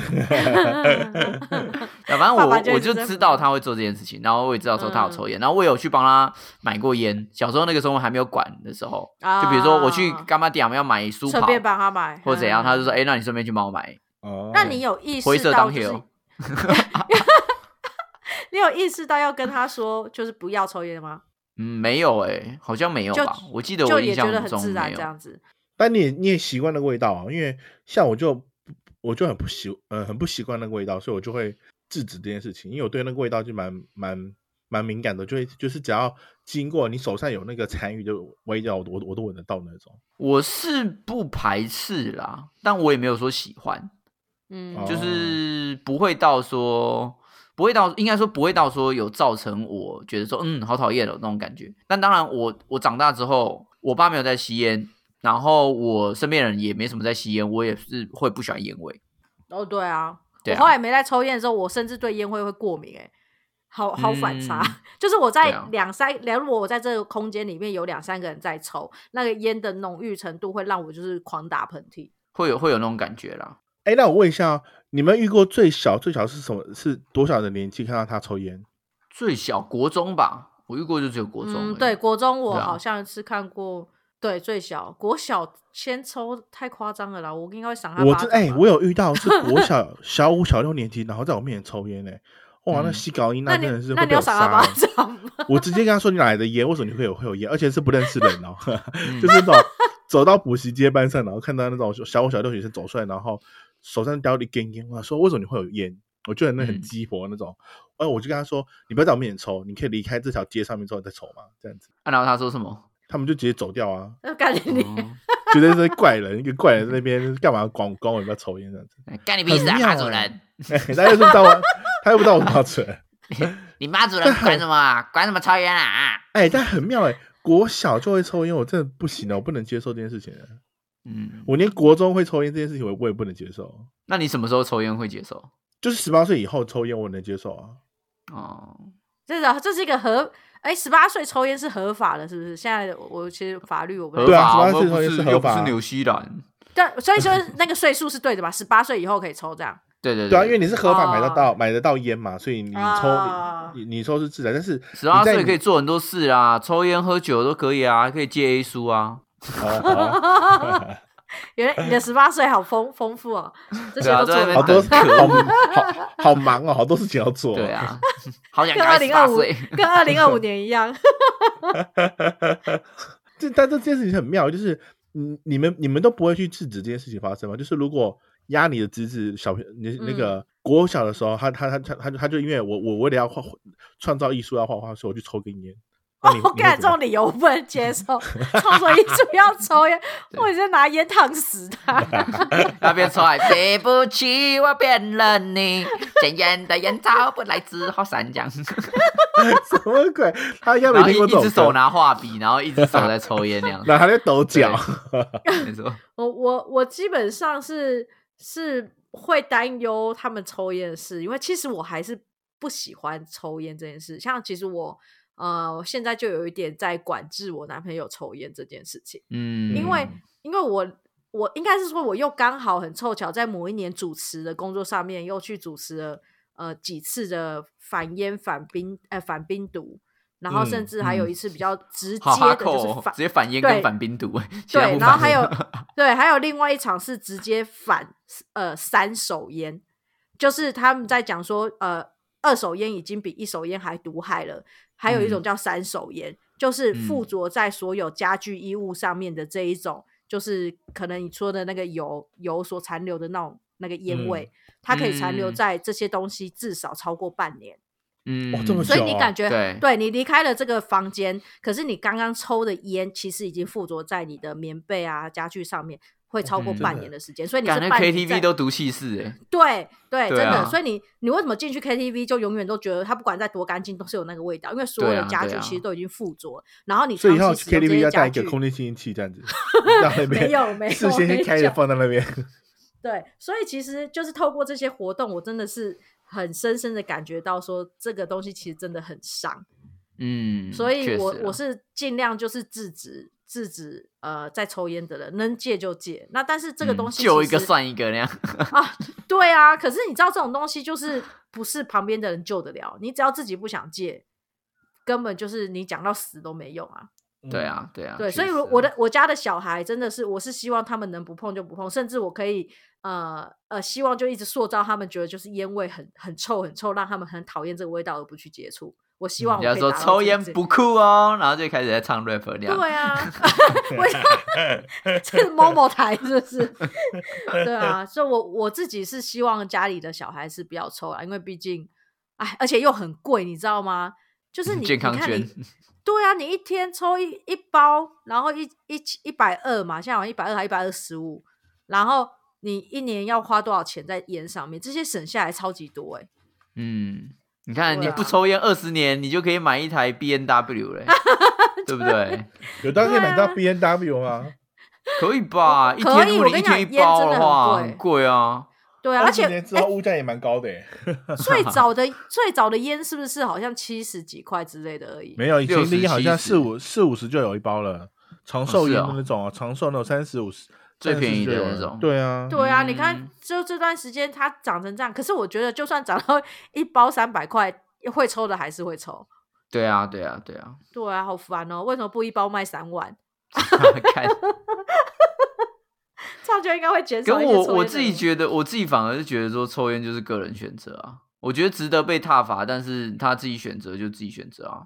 Speaker 3: 反正我
Speaker 2: 爸爸就
Speaker 3: 我
Speaker 2: 一直
Speaker 3: 就
Speaker 2: 在嗯
Speaker 3: 知
Speaker 2: 扶
Speaker 3: 道
Speaker 2: 他
Speaker 3: 他会做这件事情，然后我也知道说他有抽烟，然后我有去帮他买过烟。小时候那个时候还没有管的时候，就比如说我去
Speaker 2: 啊
Speaker 3: 干妈店要买书
Speaker 2: 顺
Speaker 3: 跑
Speaker 2: 便帮他买
Speaker 3: 或怎样，他就说：“
Speaker 2: 嗯
Speaker 3: 哎、那你顺便去帮我买。
Speaker 1: 哦，
Speaker 2: 那你有意
Speaker 3: 灰
Speaker 2: 识
Speaker 3: 色
Speaker 2: 到
Speaker 3: 当
Speaker 2: 就是
Speaker 3: hill
Speaker 2: 你有意识到要跟他说就是不要抽烟吗？”
Speaker 3: 嗯，没有哎、好像没有
Speaker 2: 就
Speaker 3: 吧？我记得
Speaker 2: 就
Speaker 3: 我
Speaker 2: 也
Speaker 3: 印
Speaker 2: 觉
Speaker 3: 象
Speaker 2: 得很
Speaker 3: 中
Speaker 2: 自
Speaker 3: 没
Speaker 2: 然这
Speaker 3: 有。
Speaker 2: 样子。
Speaker 1: 但你也你也习惯那个味道啊，因为像我就我就很不习呃很不习惯那个味道，所以我就会制止这件事情，因为我对那个味道就蛮蛮蛮敏感的，就会就是只要经过你手上有那个残余的味道，我都我都我都闻得到那种。
Speaker 3: 我是不排斥啦，但我也没有说喜欢，
Speaker 2: 嗯，
Speaker 1: 哦
Speaker 3: 就是不会到说不会到，应该说不会到说有造成我觉得说嗯好讨厌哦那种感觉。但当然我，我长大之后，我爸没有在吸烟，然后我身边人也没什么在吸烟，我也是会不喜欢烟味。
Speaker 2: 哦，对啊，
Speaker 3: 对
Speaker 2: 我
Speaker 3: 啊
Speaker 2: 后来没在抽烟的时候，我甚至对烟灰会过敏、欸，好好反差。
Speaker 3: 嗯
Speaker 2: 就是我在
Speaker 3: 对啊
Speaker 2: 两三，如果我在这个空间里面有两三个人在抽，那个烟的浓郁程度会让我就是狂打喷嚏。
Speaker 3: 会有会有那种感觉啦，
Speaker 1: 哎，那我问一下哦，你们遇过最小最小是什么？是多少的年纪看到他抽烟？
Speaker 3: 最小国中吧，我遇过就只有国中、
Speaker 2: 嗯，对，，国中我
Speaker 3: 对啊
Speaker 2: 好像是看过，对，最小国小先抽太夸张了啦，我应该会赏他
Speaker 1: 我
Speaker 2: 巴
Speaker 1: 这
Speaker 2: 掌吧。
Speaker 1: 哎，我有遇到是国 小小五小六年级，然后在我面前抽烟呢、欸哇，那
Speaker 3: 嗯
Speaker 1: 吸高音
Speaker 2: 那你
Speaker 1: 真的是会
Speaker 2: 那你
Speaker 1: 被
Speaker 2: 有
Speaker 1: 我
Speaker 2: 赏他
Speaker 1: 杀
Speaker 2: 巴
Speaker 1: 欸、
Speaker 2: 掌吗？
Speaker 1: 我直接跟他说你哪来的烟？为什么你会有会有烟？而且是不认识人哦，
Speaker 2: 嗯
Speaker 3: 嗯
Speaker 1: 就是那种走到补习街班上，然后看到那种小五小六学生走出来，然后手上叼着一根烟，我说为什么你会有烟？我就很那很
Speaker 3: 嗯
Speaker 1: 鸡婆那种，哎、我就跟他说你不要在我面前抽，你可以离开这条街上面之后再抽嘛，这样子，
Speaker 3: 啊然后他说什么？
Speaker 1: 他们就直接走掉啊，
Speaker 2: 那感觉你、
Speaker 3: 哦
Speaker 1: 觉得是怪人，一个怪人在那边干嘛管管我要不要抽烟这样子，
Speaker 3: 干你屁事啊，
Speaker 1: 很妙
Speaker 3: 马主
Speaker 1: 欸
Speaker 3: 任！
Speaker 1: 他又不知道我，他又不知道我多少岁。
Speaker 3: 你妈主任管什么啊？管什么超员啊？
Speaker 1: 哎、但很妙哎、国小就会抽烟，我真的不行了，我不能接受这件事情了。
Speaker 3: 嗯，
Speaker 1: 我连国中会抽烟这件事情，我我也不能接受。
Speaker 3: 那你什么时候抽烟会接受？
Speaker 1: 就是十八岁以后抽烟，我能接受啊。
Speaker 3: 哦，
Speaker 2: 这是啊这是一个合哎，十八岁抽烟是合法的，是不是？现在我我其实法律我不
Speaker 3: 合
Speaker 2: 太
Speaker 1: 对啊
Speaker 3: 法，
Speaker 1: 18
Speaker 3: 我们又
Speaker 1: 岁
Speaker 3: 不
Speaker 1: 抽
Speaker 3: 是
Speaker 1: 烟是
Speaker 3: 又
Speaker 1: 合
Speaker 3: 不
Speaker 1: 法啊
Speaker 3: 是纽西兰。
Speaker 2: 对，所以说那个岁数是对的吧？十八岁以后可以抽这样。
Speaker 3: 对对
Speaker 1: 对啊，因为你是合法
Speaker 2: 哦
Speaker 1: 买得到、买得到烟嘛，所以你抽、
Speaker 2: 啊
Speaker 1: 你你抽是自然，但是
Speaker 3: 十八岁
Speaker 1: 你在
Speaker 3: 可以做很多事啊，抽烟喝酒都可以啊，还可以戒 A 书啊。
Speaker 1: 哦
Speaker 2: 啊 原来你的十八岁好丰丰富哦，这些
Speaker 3: 对啊
Speaker 2: 都做
Speaker 3: 在那
Speaker 1: 好
Speaker 3: 边
Speaker 1: 哦好
Speaker 2: 了。
Speaker 1: 多
Speaker 3: 很可恶
Speaker 1: 好好好忙哦，好多事情要做。
Speaker 3: 对， 啊，好想
Speaker 2: 跟
Speaker 3: 赶
Speaker 2: 二
Speaker 3: 快十
Speaker 2: 零
Speaker 3: 八
Speaker 2: 二五
Speaker 3: 岁。
Speaker 2: 跟二零二五年一样，
Speaker 1: 这但这件事情很妙，就是你你们你们都不会去制止这件事情发生吗？就是如果压你的侄子小朋你那
Speaker 2: 嗯
Speaker 1: 个国小的时候，他他他他他就他就因为我我为了要画创造艺术要画画，所以我去抽根烟。那你
Speaker 2: 我感这种理由我不能接受。创作艺术要抽烟， 我直接拿烟烫死他。
Speaker 3: 那边抽来，对不起，我骗了你， 捡烟的烟草不来自好三江。
Speaker 1: 什 么鬼？ 他应该
Speaker 3: 然
Speaker 1: 没
Speaker 3: 后
Speaker 1: 听过
Speaker 3: 一
Speaker 1: 这
Speaker 3: 一
Speaker 1: 种
Speaker 3: 只手，拿画笔，然后一只手在抽烟那 样子。
Speaker 1: 然后他在抖 脚。
Speaker 3: 没错，
Speaker 2: 我我我基本上是是会担忧他们抽烟的事，因为其实我还是不喜欢抽烟这件事。像其实我呃现在就有一点在管制我男朋友抽烟这件事情，
Speaker 3: 嗯，
Speaker 2: 因为因为我我应该是说我又刚好很凑巧在某一年主持的工作上面又去主持了呃几次的反烟、反冰、呃反冰毒，然后甚
Speaker 1: 嗯
Speaker 2: 至还有
Speaker 1: 嗯
Speaker 2: 一次比较直接
Speaker 3: 好哈
Speaker 2: 的，就
Speaker 3: 扣、
Speaker 2: 是
Speaker 3: 哦，
Speaker 2: 反
Speaker 3: 直接反烟跟
Speaker 2: 对
Speaker 3: 反冰毒， 其他
Speaker 2: 对，
Speaker 3: 不
Speaker 2: 然后
Speaker 3: 反
Speaker 2: 还
Speaker 3: 烟
Speaker 2: 有对，还有另外一场是直接反呃三手烟，就是他们在讲说呃二手烟已经比一手烟还毒害了，还有一种
Speaker 3: 嗯
Speaker 2: 叫三手烟，就是附
Speaker 3: 嗯
Speaker 2: 着在所有家具衣物上面的这一种，就是可能你说的那个油油所残留的那种那个烟
Speaker 1: 嗯
Speaker 2: 味，它可以残留
Speaker 3: 嗯
Speaker 2: 在这些东西至少超过半年。
Speaker 3: 嗯，
Speaker 1: 哇这么
Speaker 2: 所以
Speaker 1: 久
Speaker 2: 你
Speaker 1: 啊
Speaker 2: 感觉
Speaker 3: 对
Speaker 2: 你离开了这个房间，可是你刚刚抽的烟其实已经附着在你的棉被啊、家具上面，会超过
Speaker 3: 嗯
Speaker 2: 半
Speaker 1: 真的
Speaker 2: 年的时间。所以你是
Speaker 3: 感觉
Speaker 2: 半年
Speaker 3: KTV
Speaker 2: 在
Speaker 3: 都毒气室哎，
Speaker 2: 对对，真
Speaker 3: 对
Speaker 2: 的。
Speaker 3: 啊
Speaker 2: 所以你你为什么进去 KTV 就永远都觉得它不管再多干净都是有那个味道，因为所有
Speaker 3: 对
Speaker 2: 的
Speaker 3: 啊
Speaker 2: 家
Speaker 3: 对
Speaker 2: 具
Speaker 3: 啊
Speaker 2: 其实都已经附着，然后你
Speaker 1: 所以以
Speaker 2: 长
Speaker 1: 后
Speaker 2: 期
Speaker 1: 去
Speaker 2: 使用这
Speaker 1: KTV
Speaker 2: 些
Speaker 1: 要带
Speaker 2: 家
Speaker 1: 一个
Speaker 2: 具。
Speaker 1: 空气清新器这样 子，到那边
Speaker 2: 没有没有
Speaker 1: 事先先开
Speaker 2: 没有
Speaker 1: 着放在那边。
Speaker 2: 对，所以其实就是透过这些活动，我真的是很深深的感觉到说这个东西其实真的很伤。
Speaker 3: 嗯，
Speaker 2: 所以
Speaker 3: 确
Speaker 2: 我
Speaker 3: 实
Speaker 2: 我
Speaker 3: 啊
Speaker 2: 是尽量就是制止制止呃在抽烟的人能戒就戒。那但是这个
Speaker 3: 嗯
Speaker 2: 东西
Speaker 3: 救
Speaker 2: 其
Speaker 3: 一个
Speaker 2: 实
Speaker 3: 算一个那样，
Speaker 2: 啊，对啊。可是你知道这种东西 就是不是旁边的人救得了，你只要自己不想戒，根本就是你讲到死都没用啊。
Speaker 3: 对啊对啊，
Speaker 2: 对，
Speaker 3: 确
Speaker 2: 所以
Speaker 3: 实
Speaker 2: 我
Speaker 3: 啊
Speaker 2: 我的我家的小孩真的是，我是希望他们能不碰就不碰，甚至我可以呃呃，希望就一直塑造他们觉得就是烟味很很臭很臭，让他们很讨厌这个味道而不去接触。我希
Speaker 1: 嗯
Speaker 2: 望我
Speaker 3: 人
Speaker 2: 可以
Speaker 3: 啊家说
Speaker 2: 达到
Speaker 3: 抽
Speaker 2: 这
Speaker 3: 烟
Speaker 2: 这
Speaker 3: 不酷哦，然后就开始在唱 rap 那样，
Speaker 2: 对 啊，我这是某某台是不 是？对啊，所以我我自己是希望家里的小孩是不要抽啊，因为毕竟，哎，而且又很贵，你知道吗？就是你
Speaker 3: 健康
Speaker 2: 你看
Speaker 3: 捐
Speaker 2: 你，对啊，你一天抽一一包，然后一一一百二嘛，现在好像一百二还一百二十五，然后你一年要花多少钱在烟上面？这些省下来超级多哎、
Speaker 3: 嗯，你看
Speaker 2: 对
Speaker 3: 你
Speaker 2: 啊
Speaker 3: 不抽烟二十年，你就可以买一台 B N W 嘞，对不对？
Speaker 1: 有当天买到
Speaker 2: 对啊
Speaker 1: B N W 吗？
Speaker 3: 可以吧？一
Speaker 2: 可
Speaker 3: 天
Speaker 2: 以
Speaker 3: 如
Speaker 2: 我
Speaker 3: 果
Speaker 2: 跟你
Speaker 3: 你一
Speaker 2: 讲
Speaker 3: 天一
Speaker 2: 烟真
Speaker 3: 包
Speaker 2: 的
Speaker 3: 的
Speaker 2: 很
Speaker 3: 话，
Speaker 2: 贵
Speaker 3: 很贵啊。
Speaker 2: 对啊，而
Speaker 1: 20
Speaker 2: 且
Speaker 1: 年之后物价也蛮高的欸耶，
Speaker 2: 最早的最早的烟是不是好像七十几块之类的而已？
Speaker 1: 没有以前
Speaker 3: 60
Speaker 1: 零好像
Speaker 3: 70
Speaker 1: 四五四五十就有一包了，长寿烟的那种啊，长寿那种三十五十
Speaker 3: 哦最便宜
Speaker 1: 30
Speaker 3: 的
Speaker 1: 就有了
Speaker 3: 那种
Speaker 1: 对啊，
Speaker 2: 对啊，你
Speaker 3: 嗯
Speaker 2: 看，就这段时间它涨成这样，可是我觉得就算涨到 一包三百块，会抽的还是会抽。
Speaker 3: 对啊，对啊，对啊，
Speaker 2: 对啊，好烦哦！为什么不一包卖三万？
Speaker 3: 看，
Speaker 2: 这样就应该会减
Speaker 3: 可
Speaker 2: 少一些
Speaker 3: 我
Speaker 2: 抽烟
Speaker 3: 我
Speaker 2: 的
Speaker 3: 自己
Speaker 2: 人
Speaker 3: 觉得，我自己反而是觉得说，抽烟就是个人选择啊。我觉得值得被踏伐，但是他自己选择就自己选择啊。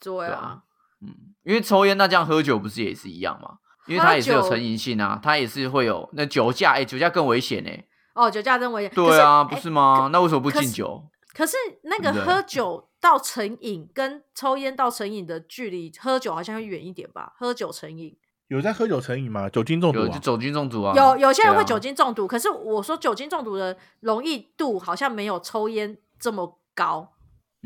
Speaker 2: 对
Speaker 3: 对
Speaker 2: 啊
Speaker 3: 啊，嗯，因为抽烟那这样喝酒不是也是一样吗？因为它也是
Speaker 2: 喝
Speaker 3: 有
Speaker 2: 酒
Speaker 3: 成瘾性啊，它也是会有那酒驾，哎、酒驾更危险哎、
Speaker 2: 哦，酒驾真危险。
Speaker 3: 对啊，
Speaker 2: 可
Speaker 3: 不
Speaker 2: 是哎
Speaker 3: 是吗？那为什么不
Speaker 2: 可
Speaker 3: 敬
Speaker 2: 是
Speaker 3: 酒？
Speaker 2: 可是那个
Speaker 3: 对
Speaker 2: 喝酒到成瘾跟抽烟到成瘾的距离，喝酒好像会远一点吧？喝酒成瘾，
Speaker 1: 有在喝酒成瘾吗？酒精中毒
Speaker 3: 有就
Speaker 1: 啊？
Speaker 3: 酒精中毒啊？
Speaker 2: 有有些人
Speaker 3: 对啊
Speaker 2: 会酒精中毒，可是我说酒精中毒的容易度好像没有抽烟这么高。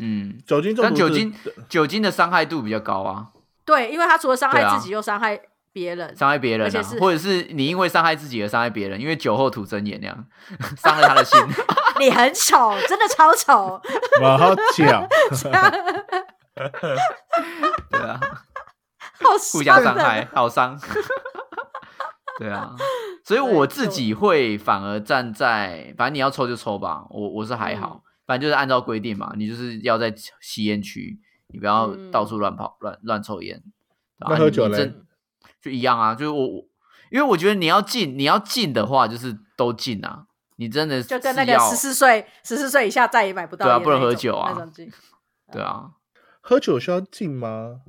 Speaker 3: 嗯，
Speaker 1: 酒精中
Speaker 3: 但
Speaker 1: 毒
Speaker 3: 酒
Speaker 1: 是
Speaker 3: 精酒精的伤害度比较高啊，
Speaker 2: 对，因为他除了伤
Speaker 3: 对
Speaker 2: 害
Speaker 3: 啊
Speaker 2: 自己，又伤害别人。
Speaker 3: 伤害别人
Speaker 2: 而且
Speaker 3: 啊
Speaker 2: 是，
Speaker 3: 或者是你因为伤害自己而伤害别人，因为酒后吐真言那样， 伤了他的心。
Speaker 2: 你很丑，真的超丑。
Speaker 1: 哇好巧，
Speaker 3: 对啊，
Speaker 2: 好
Speaker 3: 互相
Speaker 2: 伤
Speaker 3: 伤
Speaker 2: 人
Speaker 3: 害， 好伤。 对啊，所以我自己会反而站在，反正你要抽就抽吧，我我是还
Speaker 2: 嗯
Speaker 3: 好，反正就是按照规定嘛，你就是要在吸烟区，你不要
Speaker 2: 嗯
Speaker 3: 到处乱跑、乱乱抽烟。对
Speaker 1: 那
Speaker 3: 啊
Speaker 1: 喝酒
Speaker 3: 你
Speaker 1: 嘞
Speaker 3: 真就一样啊，就是我我，因为我觉得你要禁，你要禁的话就是都禁啊，你真的
Speaker 2: 就跟
Speaker 3: 是
Speaker 2: 那个
Speaker 3: 要
Speaker 2: 十四岁、十四岁以下再也买不到
Speaker 3: 对啊
Speaker 2: 烟
Speaker 3: 不能
Speaker 2: 那
Speaker 3: 喝
Speaker 2: 种
Speaker 3: 酒啊
Speaker 2: 那种劲
Speaker 3: 对啊，
Speaker 1: 喝酒需要禁吗？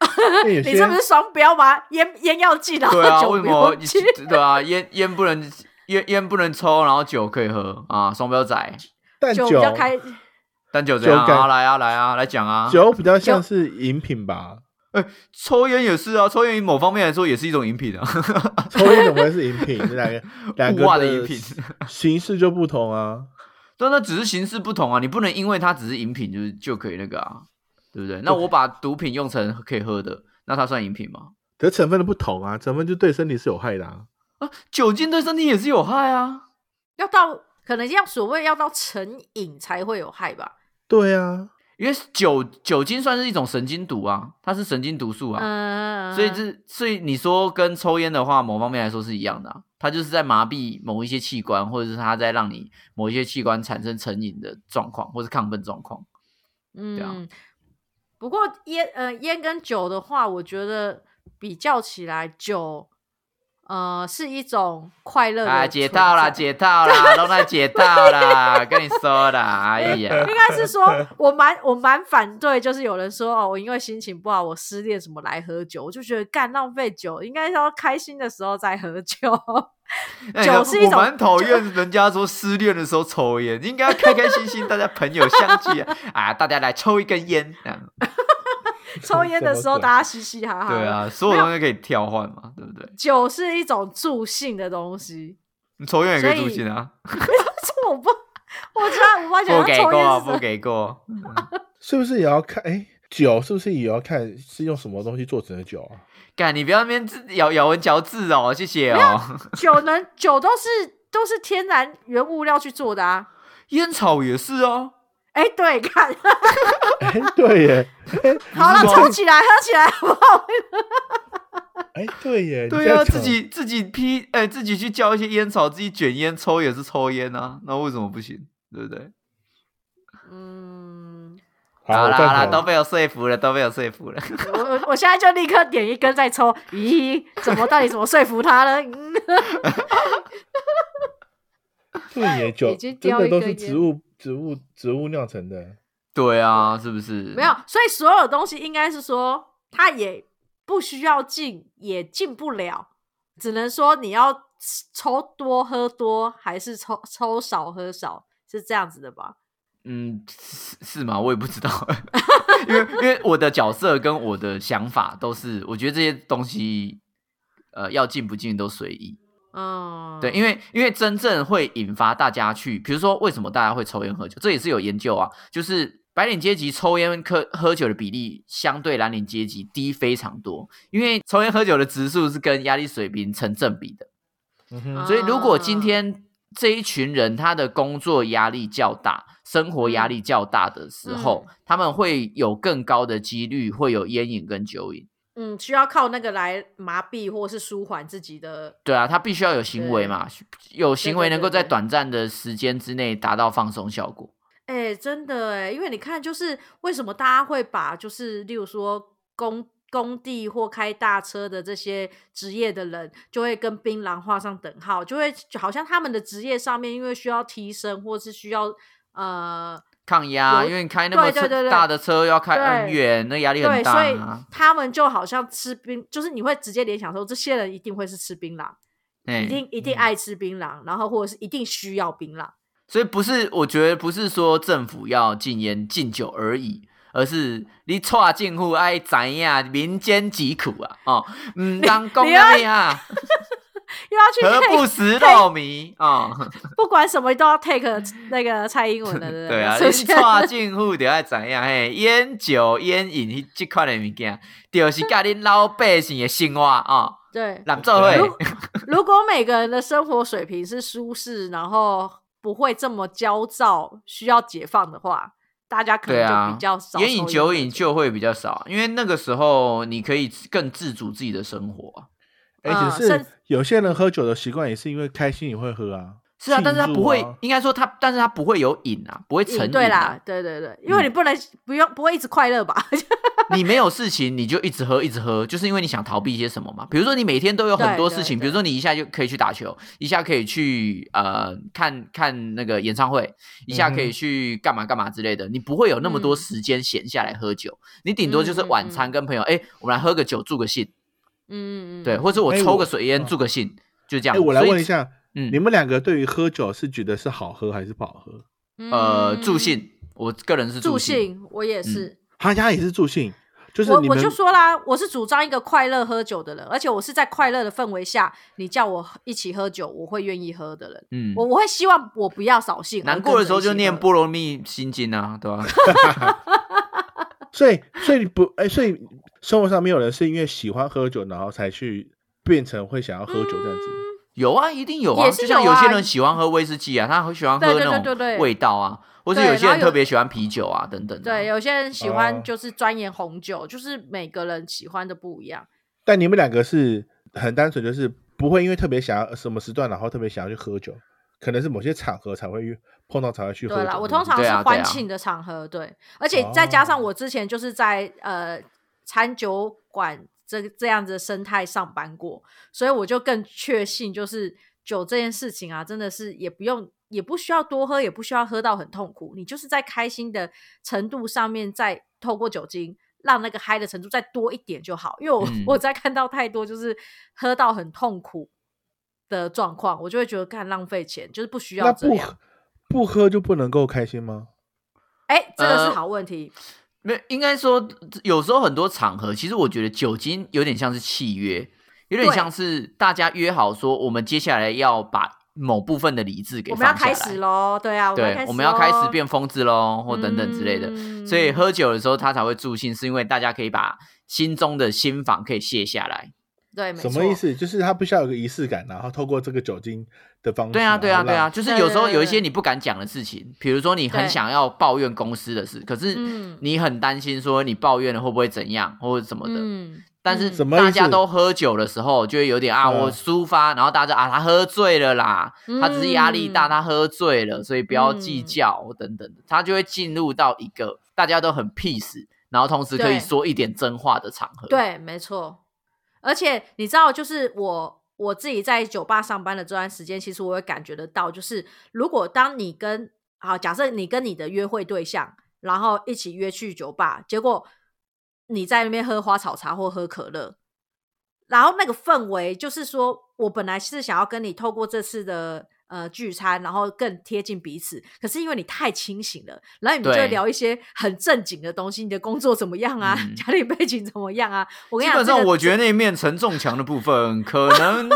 Speaker 1: 因为有
Speaker 2: 你
Speaker 1: 些
Speaker 2: 这不是双标吗？烟烟要禁，然后
Speaker 3: 对啊，
Speaker 2: 酒
Speaker 3: 为
Speaker 2: 不
Speaker 3: 什
Speaker 2: 用
Speaker 3: 么
Speaker 2: 禁。
Speaker 3: 对啊，烟烟不能烟烟不能抽，然后酒可以喝啊，双标仔。
Speaker 1: 但
Speaker 2: 酒
Speaker 1: 酒
Speaker 2: 比较开，
Speaker 3: 但酒怎样
Speaker 1: 酒感
Speaker 3: 啊？来啊，来啊，来讲啊！
Speaker 1: 酒比较像是饮品吧？
Speaker 3: 抽烟也是啊，抽烟某方面来说也是一种饮品啊，
Speaker 1: 抽烟怎么会是饮 品？这两个 两
Speaker 3: 物化
Speaker 1: 个
Speaker 3: 的饮品。
Speaker 1: 形式就不同啊。
Speaker 3: 但那只是形式不同啊，你不能因为它只是饮品就是就可以那个啊，对不对？那我把毒品用成可以喝的，那它算饮品吗？
Speaker 1: 可是成分的不同啊，成分就对身体是有害的啊。
Speaker 3: 啊，酒精对身体也是有害啊。
Speaker 2: 要到可能要所谓要到成瘾才会有害吧？
Speaker 1: 对啊，
Speaker 3: 因为酒酒精算是一种神经毒啊，它是神经毒素啊，
Speaker 2: 嗯，
Speaker 3: 所以这所以你说跟抽烟的话，某方面来说是一样的、啊，它就是在麻痹某一些器官，或者是它在让你某一些器官产生成瘾的状况，或是亢奋状况。对啊
Speaker 2: 嗯，不过烟呃烟跟酒的话，我觉得比较起来，酒呃是一种快乐的
Speaker 3: 啊，解
Speaker 2: 存
Speaker 3: 套啦，
Speaker 2: 在
Speaker 3: 解套啦，都来解套啦，跟你说啦，哎 呀，
Speaker 2: 应该是 说，我蛮我蛮反对，就是有人说哦，我因为心情不好，我失恋什么来喝酒，我就觉得干浪费酒，应该是要开心的时候再喝 酒。
Speaker 3: 哎
Speaker 2: 酒是一种
Speaker 3: 我蛮讨厌人家说失恋的时候抽烟，应该要开开心心，大家朋友相聚啊，啊大家来抽一根烟，这样
Speaker 2: 抽烟的时
Speaker 1: 什么
Speaker 2: 候
Speaker 1: 鬼
Speaker 2: 大家嘻嘻哈哈。
Speaker 3: 对。啊，所有东西可以跳换嘛，对不对？
Speaker 2: 酒是一种助兴的东西，
Speaker 3: 你抽烟也可以
Speaker 2: 所以
Speaker 3: 助兴啊，
Speaker 2: 这我不， 我知道，我发觉
Speaker 3: 不
Speaker 2: 他
Speaker 3: 给
Speaker 2: 抽
Speaker 3: 过，
Speaker 2: 烟
Speaker 3: 啊
Speaker 2: 是
Speaker 3: 不
Speaker 2: 什么
Speaker 3: 给过，
Speaker 1: 是不是也要看？哎，酒是不是也要看是用什么东西做成的酒啊？
Speaker 3: 干你不要那边自咬咬文嚼字哦，谢谢哦。
Speaker 2: 酒能酒都是都是天然原物料去做的啊。
Speaker 3: 烟草也是哦，
Speaker 2: 哎、对， 看
Speaker 1: 哎，对耶，
Speaker 2: 好了，
Speaker 3: 不是
Speaker 2: 抽
Speaker 3: 吗
Speaker 2: 起来，喝 起来，好不好？
Speaker 1: 哎，对耶，你
Speaker 3: 对
Speaker 1: 这
Speaker 3: 啊，
Speaker 1: 样
Speaker 3: 自
Speaker 1: 讲
Speaker 3: 己自己批，哎、自己去叫一些烟草，自己卷烟抽也是抽烟啊，那为什么不行？对不对？
Speaker 2: 嗯，
Speaker 1: 好
Speaker 3: 啦
Speaker 1: 我
Speaker 3: 好啦，
Speaker 1: 赞
Speaker 3: 都
Speaker 1: 同
Speaker 3: 被我说服了，都被我说服了。
Speaker 2: 我我我现在就立刻点一根再抽，咦，怎么到底怎么说服他呢？嗯，
Speaker 1: 对耶，酒
Speaker 2: 经
Speaker 1: 真
Speaker 2: 叼
Speaker 1: 的
Speaker 2: 一
Speaker 1: 都
Speaker 2: 根
Speaker 1: 是
Speaker 2: 烟
Speaker 1: 植物植物植物酿成的。嗯
Speaker 3: 对啊，是不是？
Speaker 2: 没有，所以所有东西应该是说，他也不需要进，也进不了，只能说你要抽多喝多，还是抽抽少喝少，是这样子的吧？
Speaker 3: 嗯，是是吗？我也不知道， 因为因为我的角色跟我的想法都是，我觉得这些东西，呃，要进不进都随意。
Speaker 2: 嗯，
Speaker 3: 对，因为因为真正会引发大家去，比如说为什么大家会抽烟喝酒，这也是有研究啊，就是白领阶级抽烟喝喝酒的比例相对蓝领阶级低非常多，因为抽烟喝酒的指数是跟压力水平成正比的。
Speaker 1: 嗯哼，
Speaker 3: 所以如果今
Speaker 2: 啊
Speaker 3: 天这一群人他的工作压力较大、生活压力较大的时候，
Speaker 2: 嗯
Speaker 3: 他们会有更高的几率会有烟瘾跟酒瘾。
Speaker 2: 嗯，需要靠那个来麻痹或是舒缓自己的。
Speaker 3: 对啊，他必须要有行为嘛，有行为能够
Speaker 2: 对
Speaker 3: 在
Speaker 2: 对对对
Speaker 3: 短暂的时间之内达到放松效果。
Speaker 2: 哎、真的哎、因为你看，就是为什么大家会把就是例如说工工地或开大车的这些职业的人，就会跟槟榔画上等号，就会就好像他们的职业上面因为需要提升或是需要呃
Speaker 3: 抗压，
Speaker 2: 有
Speaker 3: 因为你开那么
Speaker 2: 对对
Speaker 3: 车
Speaker 2: 对对
Speaker 3: 大的车要开
Speaker 2: 对
Speaker 3: 很远，那压力很
Speaker 2: 对，
Speaker 3: 大、
Speaker 2: 所以
Speaker 3: 啊。
Speaker 2: 他们就好像吃槟，就是你会直接联想说这些人一定会是吃槟榔，
Speaker 3: 哎
Speaker 2: 一定一定爱吃槟榔，然后或者是一定需要槟榔。
Speaker 3: 所以不是，我觉得不是说政府要禁烟禁酒而已，而是你错政府爱怎样，哎民间疾苦啊， 哦，嗯，当公安啊，
Speaker 2: 又要去
Speaker 3: 何
Speaker 2: take-
Speaker 3: 不食肉糜 啊？哦
Speaker 2: 不管什么都 要 take 那个蔡英文的，
Speaker 3: 对啊，
Speaker 2: 是
Speaker 3: 你
Speaker 2: 不是？
Speaker 3: 错政府就爱怎样，嘿，烟酒烟瘾这款的物件，就是甲恁老百姓的生活啊，哦
Speaker 2: 对，
Speaker 3: 人做伙。
Speaker 2: 如如果每个人的生活水平是舒适，然后不会这么焦躁，需要解放的话，大家可
Speaker 3: 对
Speaker 2: 能
Speaker 3: 啊
Speaker 2: 就比较少抽
Speaker 3: 烟
Speaker 2: 烟
Speaker 3: 瘾酒瘾
Speaker 2: 了
Speaker 3: 就会比较少，啊因为那个时候你可以更自主自己的生活啊。
Speaker 1: 而
Speaker 2: 啊
Speaker 1: 且是
Speaker 2: 甚
Speaker 1: 有些人喝酒的习惯也是因为开心也会喝啊。
Speaker 3: 是啊，
Speaker 1: 庆
Speaker 3: 但是他
Speaker 1: 祝
Speaker 3: 不会
Speaker 1: 啊，
Speaker 3: 应该说他，但是他不会有瘾啊，不会成瘾、啊。嗯
Speaker 2: 瘾嗯对啦，，对对对，因为你不能、不用不会一直快乐吧？
Speaker 3: 你没有事情你就一直喝，一直喝，就是因为你想逃避一些什么嘛。比如说你每天都有很多
Speaker 2: 对
Speaker 3: 事情，
Speaker 2: 对对
Speaker 3: 比如说你一下就可以去打球，一下可以去呃看看那个演唱会，一下可
Speaker 1: 嗯
Speaker 3: 以
Speaker 1: 哼
Speaker 3: 去干嘛干嘛之类的，你不会有那么多
Speaker 2: 嗯
Speaker 3: 时间闲下来喝酒。你顶多就是
Speaker 2: 嗯嗯
Speaker 3: 晚餐跟朋友，哎、我们来喝个酒助个兴，
Speaker 2: 嗯嗯，嗯
Speaker 3: 对，或者我
Speaker 1: 哎
Speaker 3: 抽
Speaker 1: 我
Speaker 3: 个水烟
Speaker 1: 嗯
Speaker 3: 助个兴，就这样。
Speaker 1: 哎，我来
Speaker 3: 所以
Speaker 1: 问一，下，
Speaker 3: 嗯
Speaker 1: 你们两个对于喝酒是觉得是好喝还是不好喝？
Speaker 3: 呃助
Speaker 2: 嗯
Speaker 3: 兴，我个人是
Speaker 2: 助
Speaker 3: 兴。嗯
Speaker 2: 兴，我也是。
Speaker 1: 哈家也是助兴，就是
Speaker 2: 我
Speaker 1: 你
Speaker 2: 我
Speaker 1: 们
Speaker 2: 就说啦，我是主张一个快乐喝酒的人，而且我是在快乐的氛围下，你叫我一起喝酒，我会愿意喝的人。
Speaker 3: 嗯
Speaker 2: 我我会希望我不要扫兴，啊
Speaker 3: 难过的时候就念《
Speaker 2: 不
Speaker 3: 波罗蜜心经》啊，对吧、
Speaker 1: 所以所以不哎，所以生活上没有人是因为喜欢喝酒，然后才去变成会想要喝酒这样子。
Speaker 3: 有啊，一定有啊，
Speaker 2: 也是
Speaker 3: 就像
Speaker 2: 有
Speaker 3: 有
Speaker 2: 啊
Speaker 3: 些人喜欢喝威士忌啊，他很喜欢喝
Speaker 2: 对对
Speaker 3: 那
Speaker 2: 对对
Speaker 3: 种
Speaker 2: 对
Speaker 3: 味道啊，或是
Speaker 2: 对
Speaker 3: 有些
Speaker 2: 然
Speaker 3: 人
Speaker 2: 后
Speaker 3: 特
Speaker 2: 有
Speaker 3: 别喜欢啤酒啊等等的啊。
Speaker 2: 对，有些人喜
Speaker 1: 哦
Speaker 2: 欢就是钻研红酒，就是每个人喜欢的不一样。
Speaker 1: 但你们两个是很单纯，就是不会因为特别想要什么时段，然后特别想要去喝酒，可能是某些场合才会遇碰到才会去喝酒。
Speaker 2: 对啦，我通常
Speaker 1: 对
Speaker 2: 是
Speaker 3: 对啊对
Speaker 2: 欢
Speaker 3: 啊
Speaker 2: 庆的场合，对，而且再加上
Speaker 1: 哦
Speaker 2: 我之前就是在、呃餐酒馆这这样子的生态上班过，所以我就更确信，就是酒这件事情啊，真的是也不用。也不需要多喝，也不需要喝到很痛苦，你就是在开心的程度上面，再透过酒精让那个嗨的程度再多一点就好。因为我、
Speaker 3: 嗯
Speaker 2: 我在看到太多就是喝到很痛苦的状况，我就会觉得干浪费钱，就是不需要
Speaker 1: 那
Speaker 2: 这
Speaker 1: 不
Speaker 2: 样。
Speaker 1: 喝不喝就不能够开心吗？
Speaker 2: 哎，这个是
Speaker 3: 呃
Speaker 2: 好问题。
Speaker 3: 没有，应该说有时候很多场合，其实我觉得酒精有点像是契约，有点
Speaker 2: 对
Speaker 3: 像是大家约好说，我们接下来要把某部分的理智给
Speaker 2: 我们要
Speaker 3: 放下
Speaker 2: 开
Speaker 3: 来
Speaker 2: 始喽，对啊，
Speaker 3: 对，我
Speaker 2: 们
Speaker 3: 们要开始
Speaker 2: 咯
Speaker 3: 变疯子喽，或等等之类的。
Speaker 2: 嗯
Speaker 3: 所以喝酒的时候，他才会助兴，是因为大家可以把心中的心房可以卸下来。
Speaker 2: 对，没
Speaker 1: 什么意
Speaker 2: 错？
Speaker 1: 思？就是它必须要有个仪式感，然后透过这个酒精的方式。
Speaker 3: 对啊，对啊，
Speaker 1: 然后
Speaker 3: 对啊，
Speaker 1: 让，
Speaker 3: 就是
Speaker 2: 对
Speaker 3: 有时候
Speaker 2: 对
Speaker 3: 有一
Speaker 2: 对
Speaker 3: 些你不敢讲的事情，比如说你很
Speaker 2: 对
Speaker 3: 想要抱怨公司的事，可是
Speaker 2: 嗯
Speaker 3: 你很担心说你抱怨了会不会怎样或者什么的。
Speaker 2: 嗯，
Speaker 3: 但是
Speaker 1: 什么意
Speaker 3: 大家
Speaker 1: 思
Speaker 3: 都喝酒的时候，就会有点啊，
Speaker 1: 嗯
Speaker 3: 我抒发，然后大家啊，他喝醉了啦，
Speaker 2: 嗯
Speaker 3: 他只是压力
Speaker 2: 嗯
Speaker 3: 大，他喝醉了，所以不要计
Speaker 2: 嗯
Speaker 3: 较等等的，他就会进入到一个大家都很 peace，然后同时可
Speaker 2: 对
Speaker 3: 以说一点真话的场合。，
Speaker 2: 对，没错。而且你知道，就是我我自己在酒吧上班的这段时间，其实我也感觉得到，就是如果当你跟好，假设你跟你的约会对象，然后一起约去酒吧，结果你在那边喝花草茶或喝可乐，然后那个氛围就是说我本来是想要跟你透过这次的。呃，聚餐，然后更贴近彼此。可是因为你太清醒了，然后你们就会
Speaker 3: 对
Speaker 2: 聊一些很正经的东西，你的工作怎么样啊？
Speaker 3: 嗯
Speaker 2: 家里背景怎么样啊？我跟
Speaker 3: 基
Speaker 2: 你讲，
Speaker 3: 本
Speaker 2: 这
Speaker 3: 上
Speaker 2: 个
Speaker 3: 我觉得那一面承重墙的部分，可能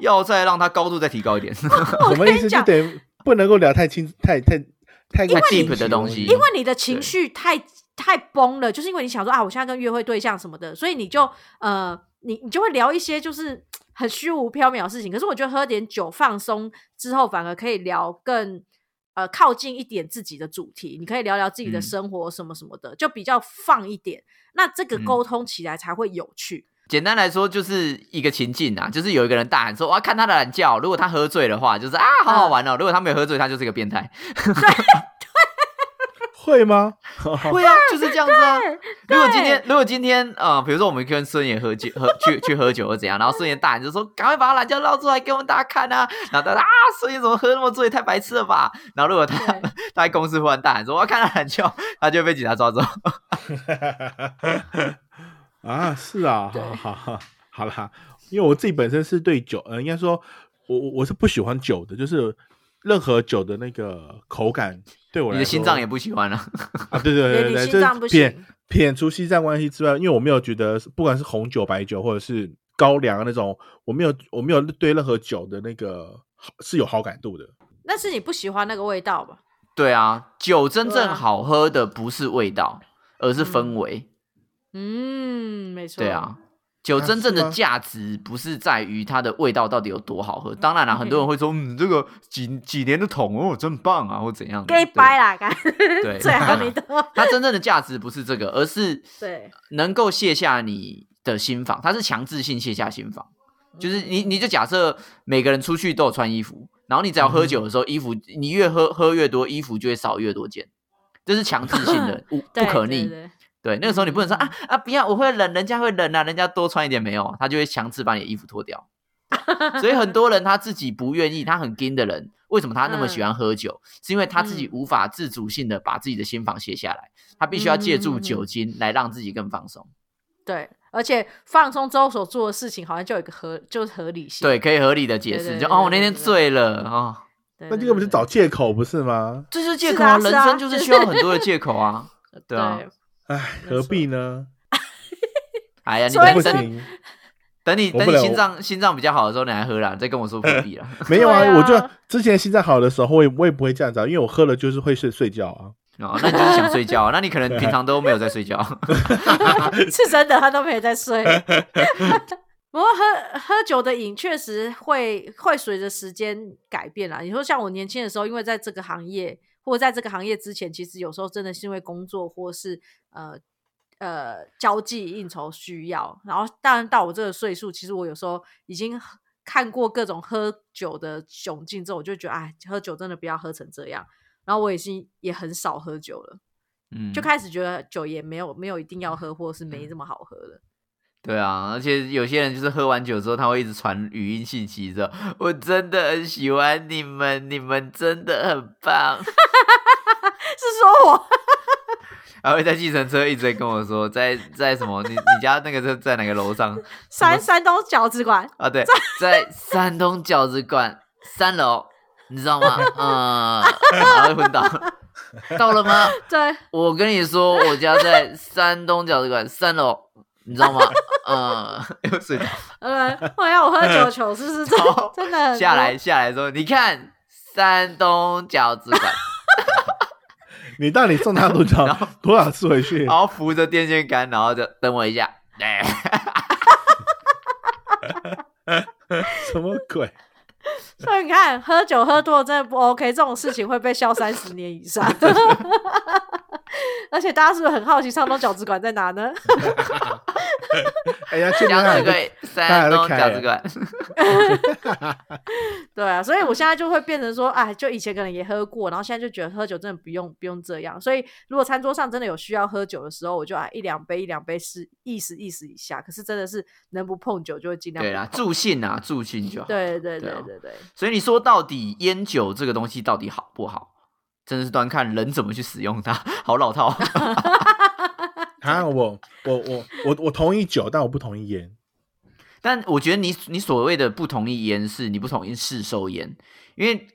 Speaker 3: 要再让它高度再提高一 点。
Speaker 1: 什么意思？就
Speaker 2: 讲
Speaker 1: 等于不能够聊太清、太太太过
Speaker 3: 太
Speaker 1: 清
Speaker 3: deep
Speaker 1: 晰
Speaker 3: 的东西
Speaker 2: 因为你的情
Speaker 3: 对
Speaker 2: 绪太太崩了，就是因为你想说啊，我现在跟约会对象什么的，所以你就呃，你你就会聊一些就是很虚无缥缈的事情。可是我觉得喝点酒放松之后，反而可以聊更呃靠近一点自己的主题，你可以聊聊自己的
Speaker 3: 嗯
Speaker 2: 生活什么什么的，就比较放一点。那这个
Speaker 3: 嗯
Speaker 2: 沟通起来才会有趣。
Speaker 3: 简单来说，就是一个情境啊，就是有一个人大喊说：“哇，看他的懒觉。”如果他喝醉的话，就是啊，好好
Speaker 2: 嗯
Speaker 3: 玩哦；如果他没有喝醉，他就是一个变态。
Speaker 1: 会吗？
Speaker 3: 会啊，就是这样子啊。如果
Speaker 2: 哦
Speaker 3: 今
Speaker 2: 对
Speaker 3: 天，如果今天，呃，比如说我们跟孙爷喝酒，喝去去喝酒或怎样，然后孙爷大喊就说：“赶快把他懒觉捞出来给我们大家看啊！”然后大家啊，孙爷怎么喝那么醉，太白痴了吧？然后如果他
Speaker 2: 对
Speaker 3: 他在公司忽然大喊说：“我要看他懒觉”，他就被警察抓走。
Speaker 1: 啊，是啊，
Speaker 2: 对
Speaker 1: 好好好，好啦，因为我自己本身是对酒，呃，应该说，我我我是不喜欢酒的，就是任何酒的那个口感对我来
Speaker 3: 你
Speaker 1: 说，
Speaker 3: 的心脏也不喜欢了、
Speaker 1: 啊，对对
Speaker 2: 对
Speaker 1: 对
Speaker 2: 你
Speaker 1: 对，
Speaker 2: 心
Speaker 1: 这
Speaker 2: 脏不
Speaker 1: 撇
Speaker 2: 行
Speaker 1: 撇除心脏关系之外，因为我没有觉得是不管是红酒、白酒或者是高粱啊那种，我没有我没有对任何酒的那个好是有好感度的。
Speaker 2: 那是你不喜欢那个味道吧？
Speaker 3: 对啊，酒真
Speaker 2: 对
Speaker 3: 正
Speaker 2: 啊
Speaker 3: 好喝的不是味道，而是氛围。
Speaker 2: 嗯，没错。
Speaker 3: 对啊，酒
Speaker 1: 啊
Speaker 3: 真正
Speaker 1: 是
Speaker 3: 的
Speaker 1: 吗
Speaker 3: 价值不是在于它的味道到底有多好喝。当然啦、很多人会说，嗯，这个几几年的桶哦，真棒啊，或怎样的。
Speaker 2: 给
Speaker 3: 对
Speaker 2: 掰啦，干
Speaker 3: 对
Speaker 2: 最好你都
Speaker 3: 它真正的价值不是这个，而是
Speaker 2: 对，
Speaker 3: 能够卸下你的心防，它是强制性卸下心防。就是
Speaker 2: 嗯
Speaker 3: 你，你就假设每个人出去都有穿衣服，然后你只要喝酒的时候，衣服你越喝喝越多，衣服就会少越多件，这是强制性的，无 不
Speaker 2: 对
Speaker 3: 可
Speaker 2: 对
Speaker 3: 逆。
Speaker 2: 对
Speaker 3: 对，那个时候你不能说
Speaker 2: 嗯
Speaker 3: 啊啊，不要，我会冷，人家会冷啊，人家多穿一点没有，他就会强制把你的衣服脱 掉。所以很多人他自己不愿意，他很硬的人，为什么他那么喜欢喝酒？是因为他自己
Speaker 2: 嗯
Speaker 3: 无法自主性的把自己的心房卸下来，他必须要借
Speaker 2: 嗯嗯嗯
Speaker 3: 助
Speaker 2: 嗯
Speaker 3: 酒精来让自己更放松。
Speaker 2: 对，而且放松之后所做的事情，好像就有一个合，就是合理性。
Speaker 3: 对，可以合理的解
Speaker 2: 对
Speaker 3: 释，
Speaker 2: 对对
Speaker 3: 就哦，
Speaker 2: 对
Speaker 3: 我那天
Speaker 2: 对对
Speaker 3: 醉了哦，
Speaker 2: 对，
Speaker 1: 那
Speaker 2: 对
Speaker 1: 这个不是
Speaker 2: 对
Speaker 1: 找借口不是吗？
Speaker 3: 这就是借
Speaker 2: 是
Speaker 3: 口
Speaker 2: 啊是
Speaker 3: 人
Speaker 2: 啊
Speaker 3: 生就是需要很多的借口 啊。对啊，
Speaker 1: 唉，
Speaker 2: 没
Speaker 1: 何
Speaker 2: 错
Speaker 1: 必呢？
Speaker 3: 哎呀，你
Speaker 2: 所以
Speaker 1: 不
Speaker 3: 等
Speaker 2: 是
Speaker 3: 等
Speaker 1: 行，
Speaker 3: 等你
Speaker 1: 我
Speaker 3: 等
Speaker 1: 不
Speaker 3: 你
Speaker 1: 了
Speaker 3: 心
Speaker 1: 我
Speaker 3: 脏心脏比较好的时候，你还喝啦，你再跟我说不必 了。
Speaker 1: 没有啊，
Speaker 2: 对啊
Speaker 1: 我就之前心脏好的时候，我也我也不会这样子啊，因为我喝了就是会睡睡觉啊。
Speaker 3: 哦，那你就是想睡 觉，那你可能平常都没有在睡觉。啊
Speaker 2: 对是真的，他都没有在睡。不过喝喝酒的瘾确实会会随着时间改变啦。你说像我年轻的时候，因为在这个行业或在这个行业之前，其实有时候真的是因为工作或是呃呃交际应酬需要，然后当然到我这个岁数，其实我有时候已经看过各种喝酒的窘境之后，我就觉得，哎，喝酒真的不要喝成这样。然后我已经也很少喝酒了，
Speaker 3: 嗯，
Speaker 2: 就开始觉得酒也没有没有一定要喝，或是没这么好喝了。
Speaker 3: 对啊，而且有些人就是喝完酒之后，他会一直传语音信息说：“我真的很喜欢你们，你们真的很棒。
Speaker 2: 是说我”
Speaker 3: 还会在计程车一直在跟我说，在在什么，你你家那个车在哪个楼上
Speaker 2: 山山东饺子馆，
Speaker 3: 啊？对，在山东饺子馆三楼，你知道吗？嗯，然后就昏倒了。到了吗？
Speaker 2: 对，
Speaker 3: 我跟你说，我家在山东饺子馆三楼，你知道吗？嗯， 又睡着。
Speaker 2: 呃，我要我喝酒球是不 是真
Speaker 3: 好
Speaker 2: 真的很
Speaker 3: 下来下来说，你看山东饺子 馆，
Speaker 1: 你到底送他多 少
Speaker 3: 哦
Speaker 1: 多少次回去
Speaker 3: 然？后扶着电线杆，然后就等我一下，哎，
Speaker 1: 什么鬼？
Speaker 2: 所 以你看，喝酒喝多了真的不 OK，这种事情会被笑三十年以上。 而且大家是不是很好奇山东饺子馆在哪呢？
Speaker 1: 哎呀，现
Speaker 3: 讲
Speaker 1: 在
Speaker 3: 这
Speaker 1: 还在
Speaker 3: 个山东饺子馆，
Speaker 2: 对啊，所以
Speaker 3: 嗯
Speaker 2: 我现在就会变成说，哎，就以前可能也喝过，然后现在就觉得喝酒真的不用不用这样。所以如果餐桌上真的有需要喝酒的时候，我就啊一两杯一两杯是意思意思一下。可是真的是能不碰酒就会尽量不
Speaker 3: 对啦，
Speaker 2: 碰
Speaker 3: 助兴啊，助兴就好。
Speaker 2: 对对
Speaker 3: 对
Speaker 2: 对
Speaker 3: 啊
Speaker 2: 对对，
Speaker 3: 所以你说到底烟酒这个东西到底好不好？真的是端看人怎么去使用它， 好老套。
Speaker 1: 啊，我我我我我同意酒，但我不同意烟。
Speaker 3: 但我觉得你你所谓的不同意烟是你不同意市售烟，因为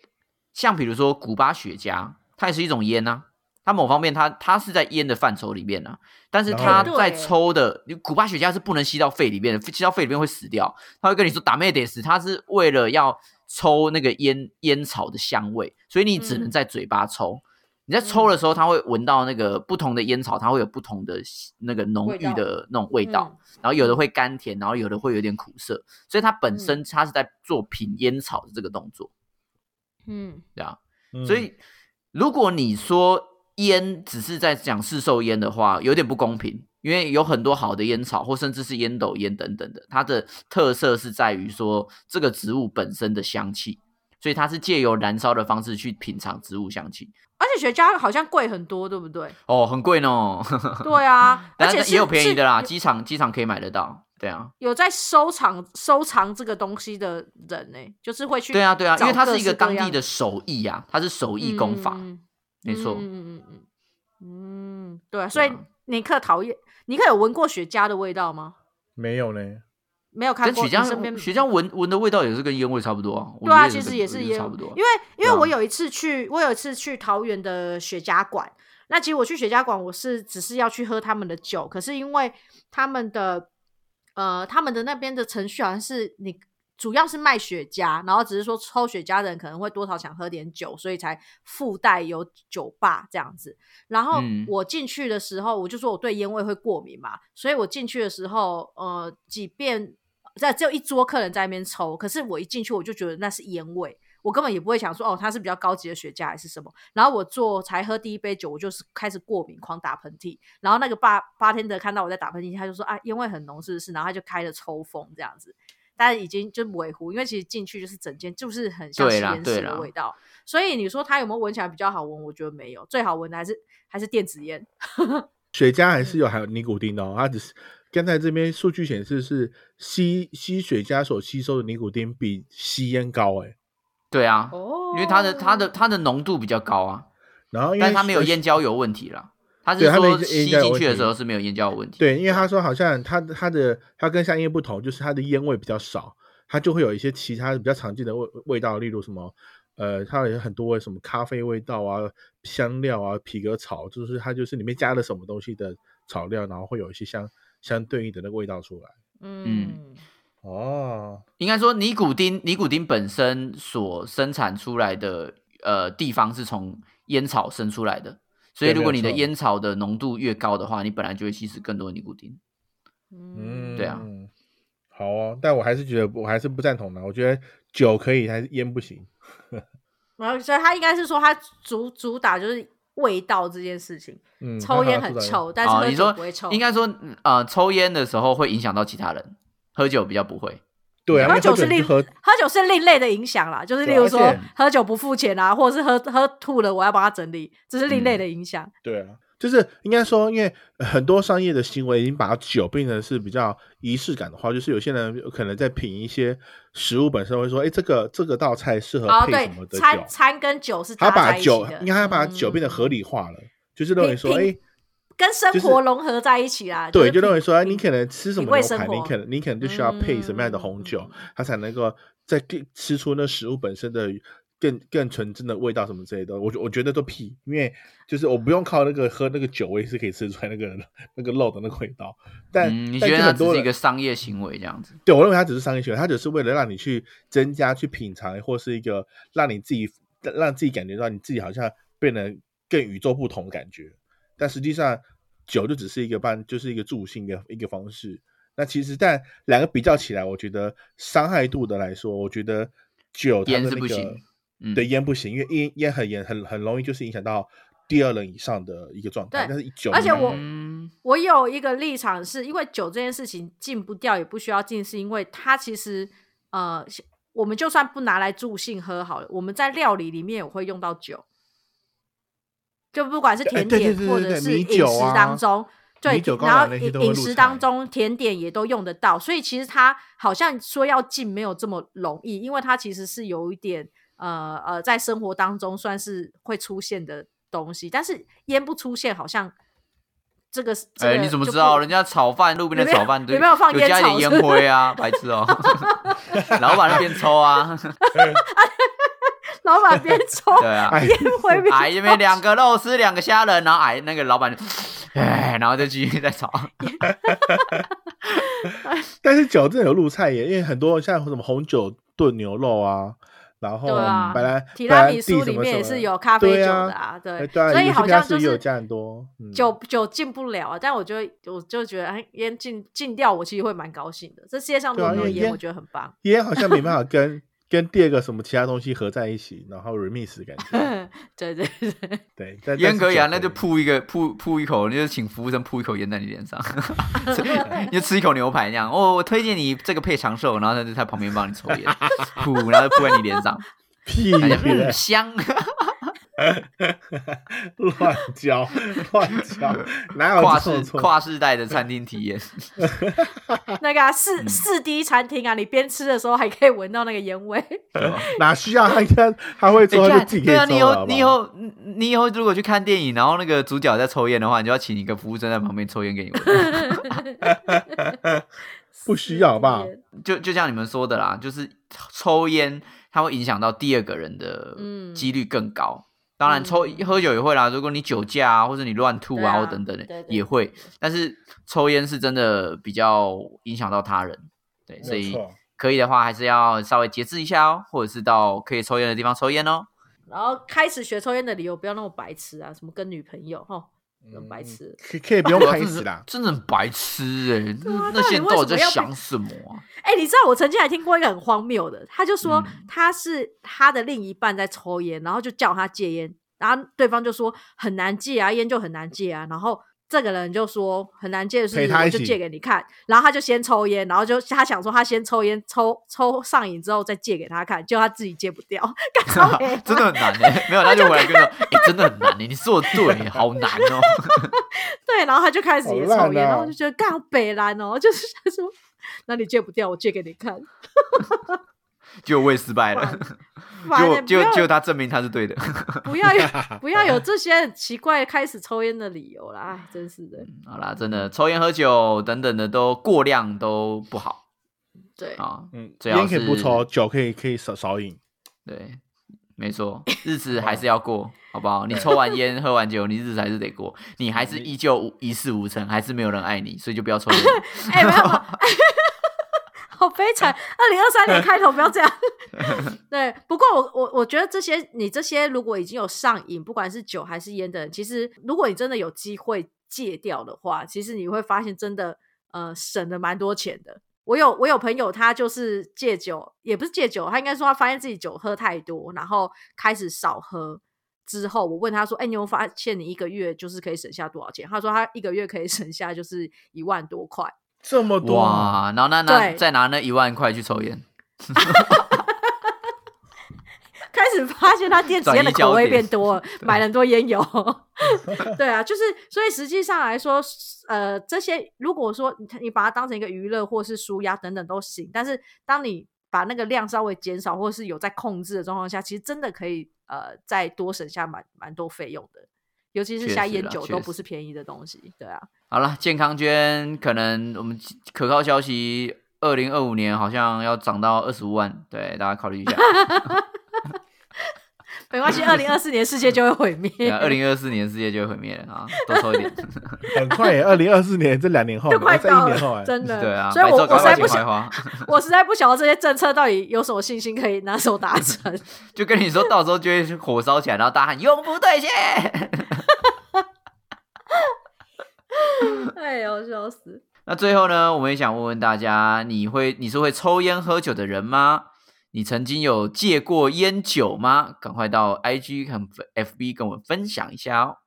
Speaker 3: 像比如说古巴雪茄，它也是一种烟啊。它某方面它它是在烟的范畴里面啊，但是它
Speaker 1: 然
Speaker 2: 后嘞
Speaker 3: 在抽的，你古巴雪茄是不能吸到肺里面的，吸到肺里面会死掉。他会跟你说打咩得死，它是为了要抽那个烟烟草的香味，所以你只能
Speaker 2: 嗯
Speaker 3: 在嘴巴抽。你在抽的时候，它会闻到那个不同的烟草，它会有不同的那个浓
Speaker 2: 味
Speaker 3: 郁
Speaker 2: 道
Speaker 3: 的那种味道。
Speaker 2: 嗯
Speaker 3: 然后有的会甘甜，然后有的会有点苦涩，所以它本身它是在做品烟草的这个动作，
Speaker 2: 嗯，
Speaker 3: 对啊。
Speaker 1: 嗯
Speaker 3: 所以如果你说烟只是在讲市售烟的话，有点不公平，因为有很多好的烟草或甚至是烟斗烟等等的，它的特色是在于说这个植物本身的香气，所以它是借由燃烧的方式去品尝植物香气。
Speaker 2: 而且雪茄好像贵很多，对不 对？
Speaker 3: 哦， 很贵呢，
Speaker 2: 对啊，而
Speaker 3: 嗯但
Speaker 2: 且
Speaker 3: 是
Speaker 2: 是
Speaker 3: 也有便宜
Speaker 2: 是
Speaker 3: 的啦，机场机场可以买得到，对啊。
Speaker 2: 有在收藏收藏这个东西的人呢、就是会去
Speaker 3: 对啊，对啊，因为
Speaker 2: 找
Speaker 3: 它是一
Speaker 2: 各式各
Speaker 3: 个当地
Speaker 2: 样
Speaker 3: 的手艺啊，它是手艺工法，
Speaker 2: 嗯
Speaker 3: 没错。
Speaker 2: 嗯嗯嗯嗯嗯，对啊、所以
Speaker 3: 对啊
Speaker 2: 尼克讨厌尼克有闻过雪茄的味道吗？
Speaker 1: 没有呢，
Speaker 2: 没有看
Speaker 3: 跟
Speaker 2: 过，
Speaker 3: 血
Speaker 2: 你身边
Speaker 3: 浆血浆闻闻的味道也是跟烟味差不多啊，我
Speaker 2: 对
Speaker 3: 觉
Speaker 2: 啊，
Speaker 3: 得
Speaker 2: 其实
Speaker 3: 跟
Speaker 2: 也是烟，
Speaker 3: 差不多啊
Speaker 2: 因。为因为
Speaker 3: 对啊
Speaker 2: 我有一次去，我有一次去桃园的雪茄馆。那其实我去雪茄馆，我是只是要去喝他们的酒，可是因为他们的呃他们的那边的程序好像是你主要是卖雪茄，然后只是说抽雪茄的人可能会多少想喝点酒，所以才附带有酒吧这样子。然后
Speaker 3: 嗯
Speaker 2: 我进去的时候，我就说我对烟味会过敏嘛，所以我进去的时候，呃，即便呃在只有一桌客人在那边抽，可是我一进去我就觉得那是烟味，我根本也不会想说哦，它是比较高级的雪茄还是什么。然后我做才喝第一杯酒，我就是开始过敏，狂打喷嚏。然后那个八八天的看到我在打喷嚏，他就说啊，烟味很浓是不是？然后他就开了抽风这样子。但已经就尾糊，因为其实进去就是整间就是很像
Speaker 3: 对
Speaker 2: 吸
Speaker 3: 啦
Speaker 2: 烟
Speaker 3: 对
Speaker 2: 室的
Speaker 3: 啦
Speaker 2: 味道，所以你说它有没有闻起来比较好闻？我觉得没有，最好闻的还是还是电子烟。
Speaker 1: 雪茄还是有含有尼古丁的、哦，它只是刚才这边数据显示是吸吸雪茄所吸收的尼古丁比吸烟高哎，
Speaker 3: 对啊，
Speaker 2: 哦
Speaker 3: 因为它的它的它的浓度比较高啊，
Speaker 1: 然后因为
Speaker 3: 但是它没有烟焦油问题啦。它是
Speaker 1: 对它没有
Speaker 3: 说
Speaker 1: 烟
Speaker 3: 吸
Speaker 1: 焦油
Speaker 3: 进
Speaker 1: 问
Speaker 3: 去的
Speaker 1: 题
Speaker 3: 时候是没有烟焦油问题。
Speaker 1: 对，因为他说好像他的他的他跟香烟不同，就是他的烟味比较少，它就会有一些其他比较常见的味味道，例如什么呃，它有很多味什么咖啡味道啊、香料啊、皮革草，就是它就是里面加了什么东西的草料，然后会有一些相相对应的那个味道出来。
Speaker 2: 嗯，
Speaker 1: 哦，
Speaker 3: 应该说尼古丁尼古丁本身所生产出来的呃地方是从烟草生出来的，所以
Speaker 1: 对
Speaker 3: 如果
Speaker 1: 没
Speaker 3: 你
Speaker 1: 有
Speaker 3: 的
Speaker 1: 错
Speaker 3: 烟草的浓度越高的话，你本来就会吸食更多尼古丁。
Speaker 1: 嗯，
Speaker 3: 对啊，
Speaker 1: 好哦，但我还是觉得我还是不赞同的，我觉得酒可以，还是烟不行。
Speaker 2: 然后所以他应该是说他主主打就是味道这件事情，
Speaker 1: 嗯，
Speaker 2: 抽烟
Speaker 1: 它好
Speaker 2: 很
Speaker 1: 像是
Speaker 2: 臭，但是
Speaker 3: 哦，
Speaker 2: 喝
Speaker 3: 你
Speaker 2: 酒
Speaker 3: 说
Speaker 2: 不会抽，
Speaker 3: 应该说，嗯呃，抽烟的时候会影响到其他人，喝酒比较不会。
Speaker 1: 对啊，因
Speaker 2: 喝
Speaker 1: 为
Speaker 2: 酒
Speaker 1: 酒
Speaker 2: 是
Speaker 1: 你
Speaker 2: 另
Speaker 1: 喝，
Speaker 2: 喝酒是另类的影响啦，就是例
Speaker 1: 对啊
Speaker 2: 如
Speaker 1: 而
Speaker 2: 说
Speaker 3: 且
Speaker 2: 喝酒不付钱啊，或者是喝喝吐了我要帮他整理，这是另
Speaker 1: 嗯
Speaker 2: 类的影响。
Speaker 1: 对啊，就是应该说，因为呃很多商业的行为已经把酒变成是比较仪式感的话，就是有些人可能在品一些食物本身会说，哎，这个这个道菜适合
Speaker 2: 哦，
Speaker 1: 配
Speaker 2: 对
Speaker 1: 什么，的酒，
Speaker 2: 餐餐跟酒是
Speaker 1: 他
Speaker 2: 搭
Speaker 1: 把
Speaker 2: 在一起
Speaker 1: 酒
Speaker 2: 的，
Speaker 1: 应
Speaker 2: 嗯
Speaker 1: 该他把酒变得合理化了，就是认为说，
Speaker 2: 品
Speaker 1: 哎
Speaker 2: 品，跟生
Speaker 1: 就是
Speaker 2: 活融合在一起啦。
Speaker 1: 对，
Speaker 2: 是
Speaker 1: 就认为说，哎，
Speaker 2: 品
Speaker 1: 你可能吃什
Speaker 2: 品
Speaker 1: 么
Speaker 2: 味
Speaker 1: 牛
Speaker 2: 生
Speaker 1: 排，你
Speaker 2: 活
Speaker 1: 可能你可能就需要配什么样的红酒，
Speaker 2: 嗯
Speaker 1: 它才能够再更吃出那食物本身的更更纯正的味道什么之类的。我觉我觉得都屁，因为就是我不用靠那个喝那个酒，我也是可以吃出来那个那个肉的那个味道。但、
Speaker 3: 嗯，你
Speaker 1: 但
Speaker 3: 觉得
Speaker 1: 就
Speaker 3: 它
Speaker 1: 很
Speaker 3: 只
Speaker 1: 多
Speaker 3: 是一
Speaker 1: 人
Speaker 3: 个商业行为这样子？
Speaker 1: 对我认为它只是商业行为，它只是为了让你去增加、去品尝，或是一个让你自己让自己感觉到你自己好像变得更与众不同的感觉。但实际上，酒就只是一个伴，就是一个助兴的一个方式。那其实，但两个比较起来，我觉得伤害度的来说，我觉得酒它
Speaker 3: 烟
Speaker 1: 的
Speaker 3: 是
Speaker 1: 那
Speaker 3: 不
Speaker 1: 个
Speaker 3: 行嗯，
Speaker 1: 对，烟不行，因为烟烟很严，很很容易就是影响到第二人以上的一个状态。
Speaker 2: 对
Speaker 1: 但是酒
Speaker 2: 而
Speaker 1: 你
Speaker 2: 且
Speaker 1: 看
Speaker 2: 我
Speaker 3: 嗯
Speaker 2: 我有一个立场是，因为酒这件事情禁不掉，也不需要禁，是因为它其实呃，我们就算不拿来助兴喝好了，我们在料理里面也会用到酒，就不管是
Speaker 1: 对哎
Speaker 2: 甜
Speaker 1: 对
Speaker 2: 点
Speaker 1: 对对
Speaker 2: 或
Speaker 1: 对
Speaker 2: 者
Speaker 1: 对
Speaker 2: 是
Speaker 1: 米
Speaker 2: 饮
Speaker 1: 酒
Speaker 2: 食
Speaker 1: 啊
Speaker 2: 当中。对
Speaker 1: 米酒，高
Speaker 2: 然
Speaker 1: 粱
Speaker 2: 后
Speaker 1: 那些
Speaker 2: 饮
Speaker 1: 都会
Speaker 2: 饮
Speaker 1: 入
Speaker 2: 食
Speaker 1: 菜
Speaker 2: 当中甜点也都用得到，所以其实它好像说要禁没有这么容易，因为它其实是有一点呃呃，在生活当中算是会出现的东西，但是烟不出现，好像这个是这
Speaker 3: 哎、
Speaker 2: 个
Speaker 3: 你怎么
Speaker 2: 就
Speaker 3: 知道？
Speaker 2: 不
Speaker 3: 人家炒饭路边
Speaker 2: 里
Speaker 3: 的
Speaker 2: 面
Speaker 3: 炒饭
Speaker 2: 里
Speaker 3: 对，
Speaker 2: 面有放烟
Speaker 3: 加一点
Speaker 2: 草
Speaker 3: 烟
Speaker 2: 是不
Speaker 3: 灰啊，白痴哦、 老板那边抽啊，
Speaker 2: 老板边抽
Speaker 3: 对啊，
Speaker 1: 哎
Speaker 2: 烟灰边
Speaker 3: 哎这边两个肉丝，两个虾仁，然后哎那个老板就， 哎，然后就继续再炒，
Speaker 1: 但是酒真的有入菜耶，因为很多像什么红酒炖牛肉啊，然后
Speaker 2: 对啊
Speaker 1: 白兰
Speaker 2: 提
Speaker 1: 白
Speaker 2: 拉
Speaker 1: 兰
Speaker 2: 米
Speaker 1: 地
Speaker 2: 苏
Speaker 1: 什
Speaker 2: 里
Speaker 1: 么
Speaker 2: 面
Speaker 1: 什
Speaker 2: 也
Speaker 1: 么
Speaker 2: 是有咖啡
Speaker 1: 对
Speaker 2: 酒
Speaker 1: 啊
Speaker 2: 的啊，对，
Speaker 1: 哎对啊
Speaker 2: 所以
Speaker 1: 有些
Speaker 2: 好
Speaker 1: 家
Speaker 2: 像
Speaker 1: 是
Speaker 2: 就
Speaker 1: 也有
Speaker 2: 是
Speaker 1: 加很多嗯
Speaker 2: 酒酒禁不了啊。但我觉得我就觉得哎烟禁禁掉，我其实会蛮高兴的。这世界上如
Speaker 1: 对啊
Speaker 2: 果没有
Speaker 1: 因为
Speaker 2: 烟，
Speaker 1: 烟
Speaker 2: 我觉得很 棒。
Speaker 1: 烟好像没办法跟 跟第二个什么其他东西合在一起，然后 remix 的感觉。
Speaker 2: 对对 对，
Speaker 1: 对， 但
Speaker 3: 烟可以啊，那
Speaker 1: 但
Speaker 3: 就是
Speaker 1: 酒
Speaker 3: 扑一个扑扑一口，你就请服务生扑一口烟在你脸上， 你就吃一口牛排那样。哦，我推荐你这个配长寿，然后他就在旁边帮你抽烟， 噗，然后就扑在你脸上，
Speaker 1: 屁
Speaker 3: 大家嗯
Speaker 1: 嘞
Speaker 3: 香。
Speaker 1: 乱教 乱教，哪有
Speaker 3: 跨
Speaker 1: 这种
Speaker 3: 世
Speaker 1: 错？
Speaker 3: 跨世代的餐厅体验，
Speaker 2: 那个啊四
Speaker 1: 嗯
Speaker 2: 四 D 餐厅啊，你边吃的时候还可以闻到那个烟味。
Speaker 1: 哪需要他应该他会 做，他就自己可
Speaker 3: 对啊，
Speaker 1: 以
Speaker 3: 你以
Speaker 1: 做了
Speaker 3: 后
Speaker 1: 好不
Speaker 3: 你以
Speaker 1: 好。
Speaker 3: 后你你以后如果去看电影，然后那个主角在抽烟的话，你就要请一个服务生在旁边抽烟给你闻。
Speaker 1: 不需要吧
Speaker 2: 4D 烟
Speaker 3: 就就像你们说的啦，就是抽烟它会影响到第二个人的
Speaker 2: 嗯
Speaker 3: 几率更高。当然
Speaker 2: 嗯
Speaker 3: 抽喝酒也会啦，如果你酒驾啊，或者你乱吐
Speaker 2: 对啊
Speaker 3: 或等等的
Speaker 2: 对对
Speaker 3: 也会，但是抽烟是真的比较影响到他人，对，所
Speaker 1: 没
Speaker 3: 以
Speaker 1: 错
Speaker 3: 可以的话还是要稍微节制一下哦，或者是到可以抽烟的地方抽烟哦。
Speaker 2: 然后开始学抽烟的理由不要那么白痴啊，什么跟女朋友哈，那么白痴。
Speaker 1: 嗯可以可以不用
Speaker 3: 对啊
Speaker 1: 开
Speaker 3: 真的
Speaker 1: 始啦，
Speaker 3: 真的很白痴哎、那
Speaker 2: 啊到
Speaker 3: 那
Speaker 2: 底
Speaker 3: 些
Speaker 2: 为
Speaker 3: 到
Speaker 2: 什
Speaker 3: 底
Speaker 2: 么
Speaker 3: 在
Speaker 2: 要被
Speaker 3: 想什么啊？
Speaker 2: 哎、你知道我曾经还听过一个很荒谬的，他就说
Speaker 3: 嗯
Speaker 2: 他是他的另一半在抽烟，然后就叫他戒烟，然后对方就说很难戒啊，烟就很难戒啊，然后这个人就说很难戒的事
Speaker 1: 陪
Speaker 2: 情，
Speaker 1: 他
Speaker 2: 我
Speaker 1: 一
Speaker 2: 就
Speaker 1: 起
Speaker 2: 戒给你看，然后他就先抽烟，然后就他想说他先抽烟，抽抽上瘾之后再戒给他看，结果他自己戒不掉，干 超没
Speaker 3: 真的很难哎、没有，他就回来跟我说，哎、真的很难哎、你说的对，好难哦、
Speaker 2: 对，然后他就开始
Speaker 1: 好
Speaker 2: 也抽
Speaker 1: 烂
Speaker 2: 烟，然
Speaker 1: 啊
Speaker 2: 后我就觉得干好北蓝哦，就是 他说那你戒不掉，我戒给你看，
Speaker 3: 就我也失败了
Speaker 2: 烦， 烦欸
Speaker 3: 就
Speaker 2: 不
Speaker 3: 就
Speaker 2: 要
Speaker 3: 就他证明他是对的。
Speaker 2: 不要有不要有这些很奇怪开始抽烟的理由啦，哎，真是的。
Speaker 1: 嗯
Speaker 3: 好啦，真的抽烟、喝酒等等的都过量都不好
Speaker 2: 对，
Speaker 3: 啊。
Speaker 1: 嗯，
Speaker 3: 最好
Speaker 1: 烟可以不
Speaker 3: 是
Speaker 1: 抽，酒可以可以少少饮。
Speaker 3: 对，没错，日子还是要过，好 不好？你抽完烟、喝完酒，你日子还是得过，你还是依旧无一事无成，还是没有人爱你，所以就不要抽烟。
Speaker 2: 哎、没有，没有 好悲惨。二零二三年开头不要这样。 对，不过我我我觉得这些你这些如果已经有上瘾，不管是酒还是烟的人，其实如果你真的有机会戒掉的话，其实你会发现真的呃省了蛮多钱的。我有我有朋友，他就是戒酒，也不是戒酒，他应该说他发现自己酒喝太多，然后开始少喝。之后我问他说：“哎、你有没有 发现你一个月就是可以省下多少钱？”他说他一个月可以省下就是一万多块。
Speaker 1: 这么多啊，
Speaker 3: 哇，然后那那
Speaker 2: 对
Speaker 3: 再拿那一万块去抽烟，
Speaker 2: 开始发现他电子烟的口味变多 了，
Speaker 3: 点
Speaker 2: 买了很多烟 油。对啊，就是所以实际上来说，呃，这些如果说你你把它当成一个娱乐或是舒压等等都行，但是当你把那个量稍微减少或是有在控制的状况下，其实真的可以呃再多省下蛮蛮多费用的，尤其是
Speaker 3: 确
Speaker 2: 像
Speaker 3: 实
Speaker 2: 烟
Speaker 3: 啦
Speaker 2: 酒
Speaker 3: 确
Speaker 2: 都不
Speaker 3: 实
Speaker 2: 是便宜的东西，对啊。
Speaker 3: 好了，健康捐可能我们可靠消息，二零二五年好像要涨到二十五万，对，大家考虑一 下。
Speaker 2: 没关系，二零二四年世界就会毁 灭，
Speaker 3: 二零二四年世界就会毁灭了啊，多抽一点。
Speaker 1: 很快 耶，二零二四年这两年后，
Speaker 2: 就快
Speaker 1: 再一
Speaker 2: 到
Speaker 1: 年后
Speaker 2: 了，
Speaker 1: 哎，
Speaker 2: 真的。
Speaker 3: 对啊，
Speaker 2: 所以
Speaker 3: 白
Speaker 2: 我
Speaker 3: 昼
Speaker 2: 我
Speaker 3: 赶
Speaker 2: 实
Speaker 3: 快
Speaker 2: 在
Speaker 3: 请
Speaker 2: 不
Speaker 3: 槐
Speaker 2: 想，
Speaker 3: 花，
Speaker 2: 我实在不晓得这些政策到底有什么信心可以拿手达成。
Speaker 3: 就跟你说到时候就会火烧起来，然后大喊永不兑现。
Speaker 2: 哎呦，笑死！
Speaker 3: 那最后呢，我们也想问问大家，你会你是会抽烟喝酒的人吗？你曾经有戒过烟酒吗？赶快到 IG 和 FB 跟我们分享一下哦。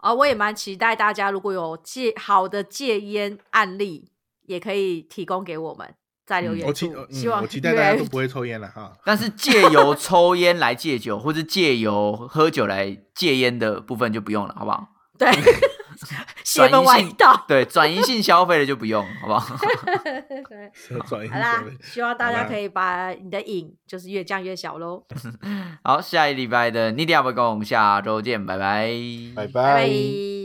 Speaker 2: 啊，我也蛮期待大家如果有戒好的戒烟案例，也可以提供给我们，在留
Speaker 3: 嗯
Speaker 2: 言
Speaker 1: 我期
Speaker 2: 处。
Speaker 1: 嗯
Speaker 2: 希望
Speaker 1: 我期待
Speaker 2: 越
Speaker 1: 大
Speaker 2: 来
Speaker 1: 家
Speaker 2: 越
Speaker 1: 都不会抽烟了 哈。
Speaker 3: 但是借由抽烟来戒酒， 或是借由喝酒来戒烟的部分就不用了，好不好？
Speaker 2: 对邪
Speaker 3: 转
Speaker 2: 门
Speaker 3: 移
Speaker 2: 歪
Speaker 3: 性
Speaker 2: 道。
Speaker 3: 对，转移性消费的就不用，好不好？
Speaker 2: 对
Speaker 1: 转移
Speaker 2: 好 啦
Speaker 1: 消费，
Speaker 2: 希望大
Speaker 1: 好
Speaker 2: 家
Speaker 1: 啦
Speaker 2: 可以把你的瘾就是越降越小喽。
Speaker 3: 好，下一礼拜的你 i d i a 跟我们下周见，拜拜，
Speaker 1: 拜
Speaker 2: 拜
Speaker 1: 拜。
Speaker 2: 拜。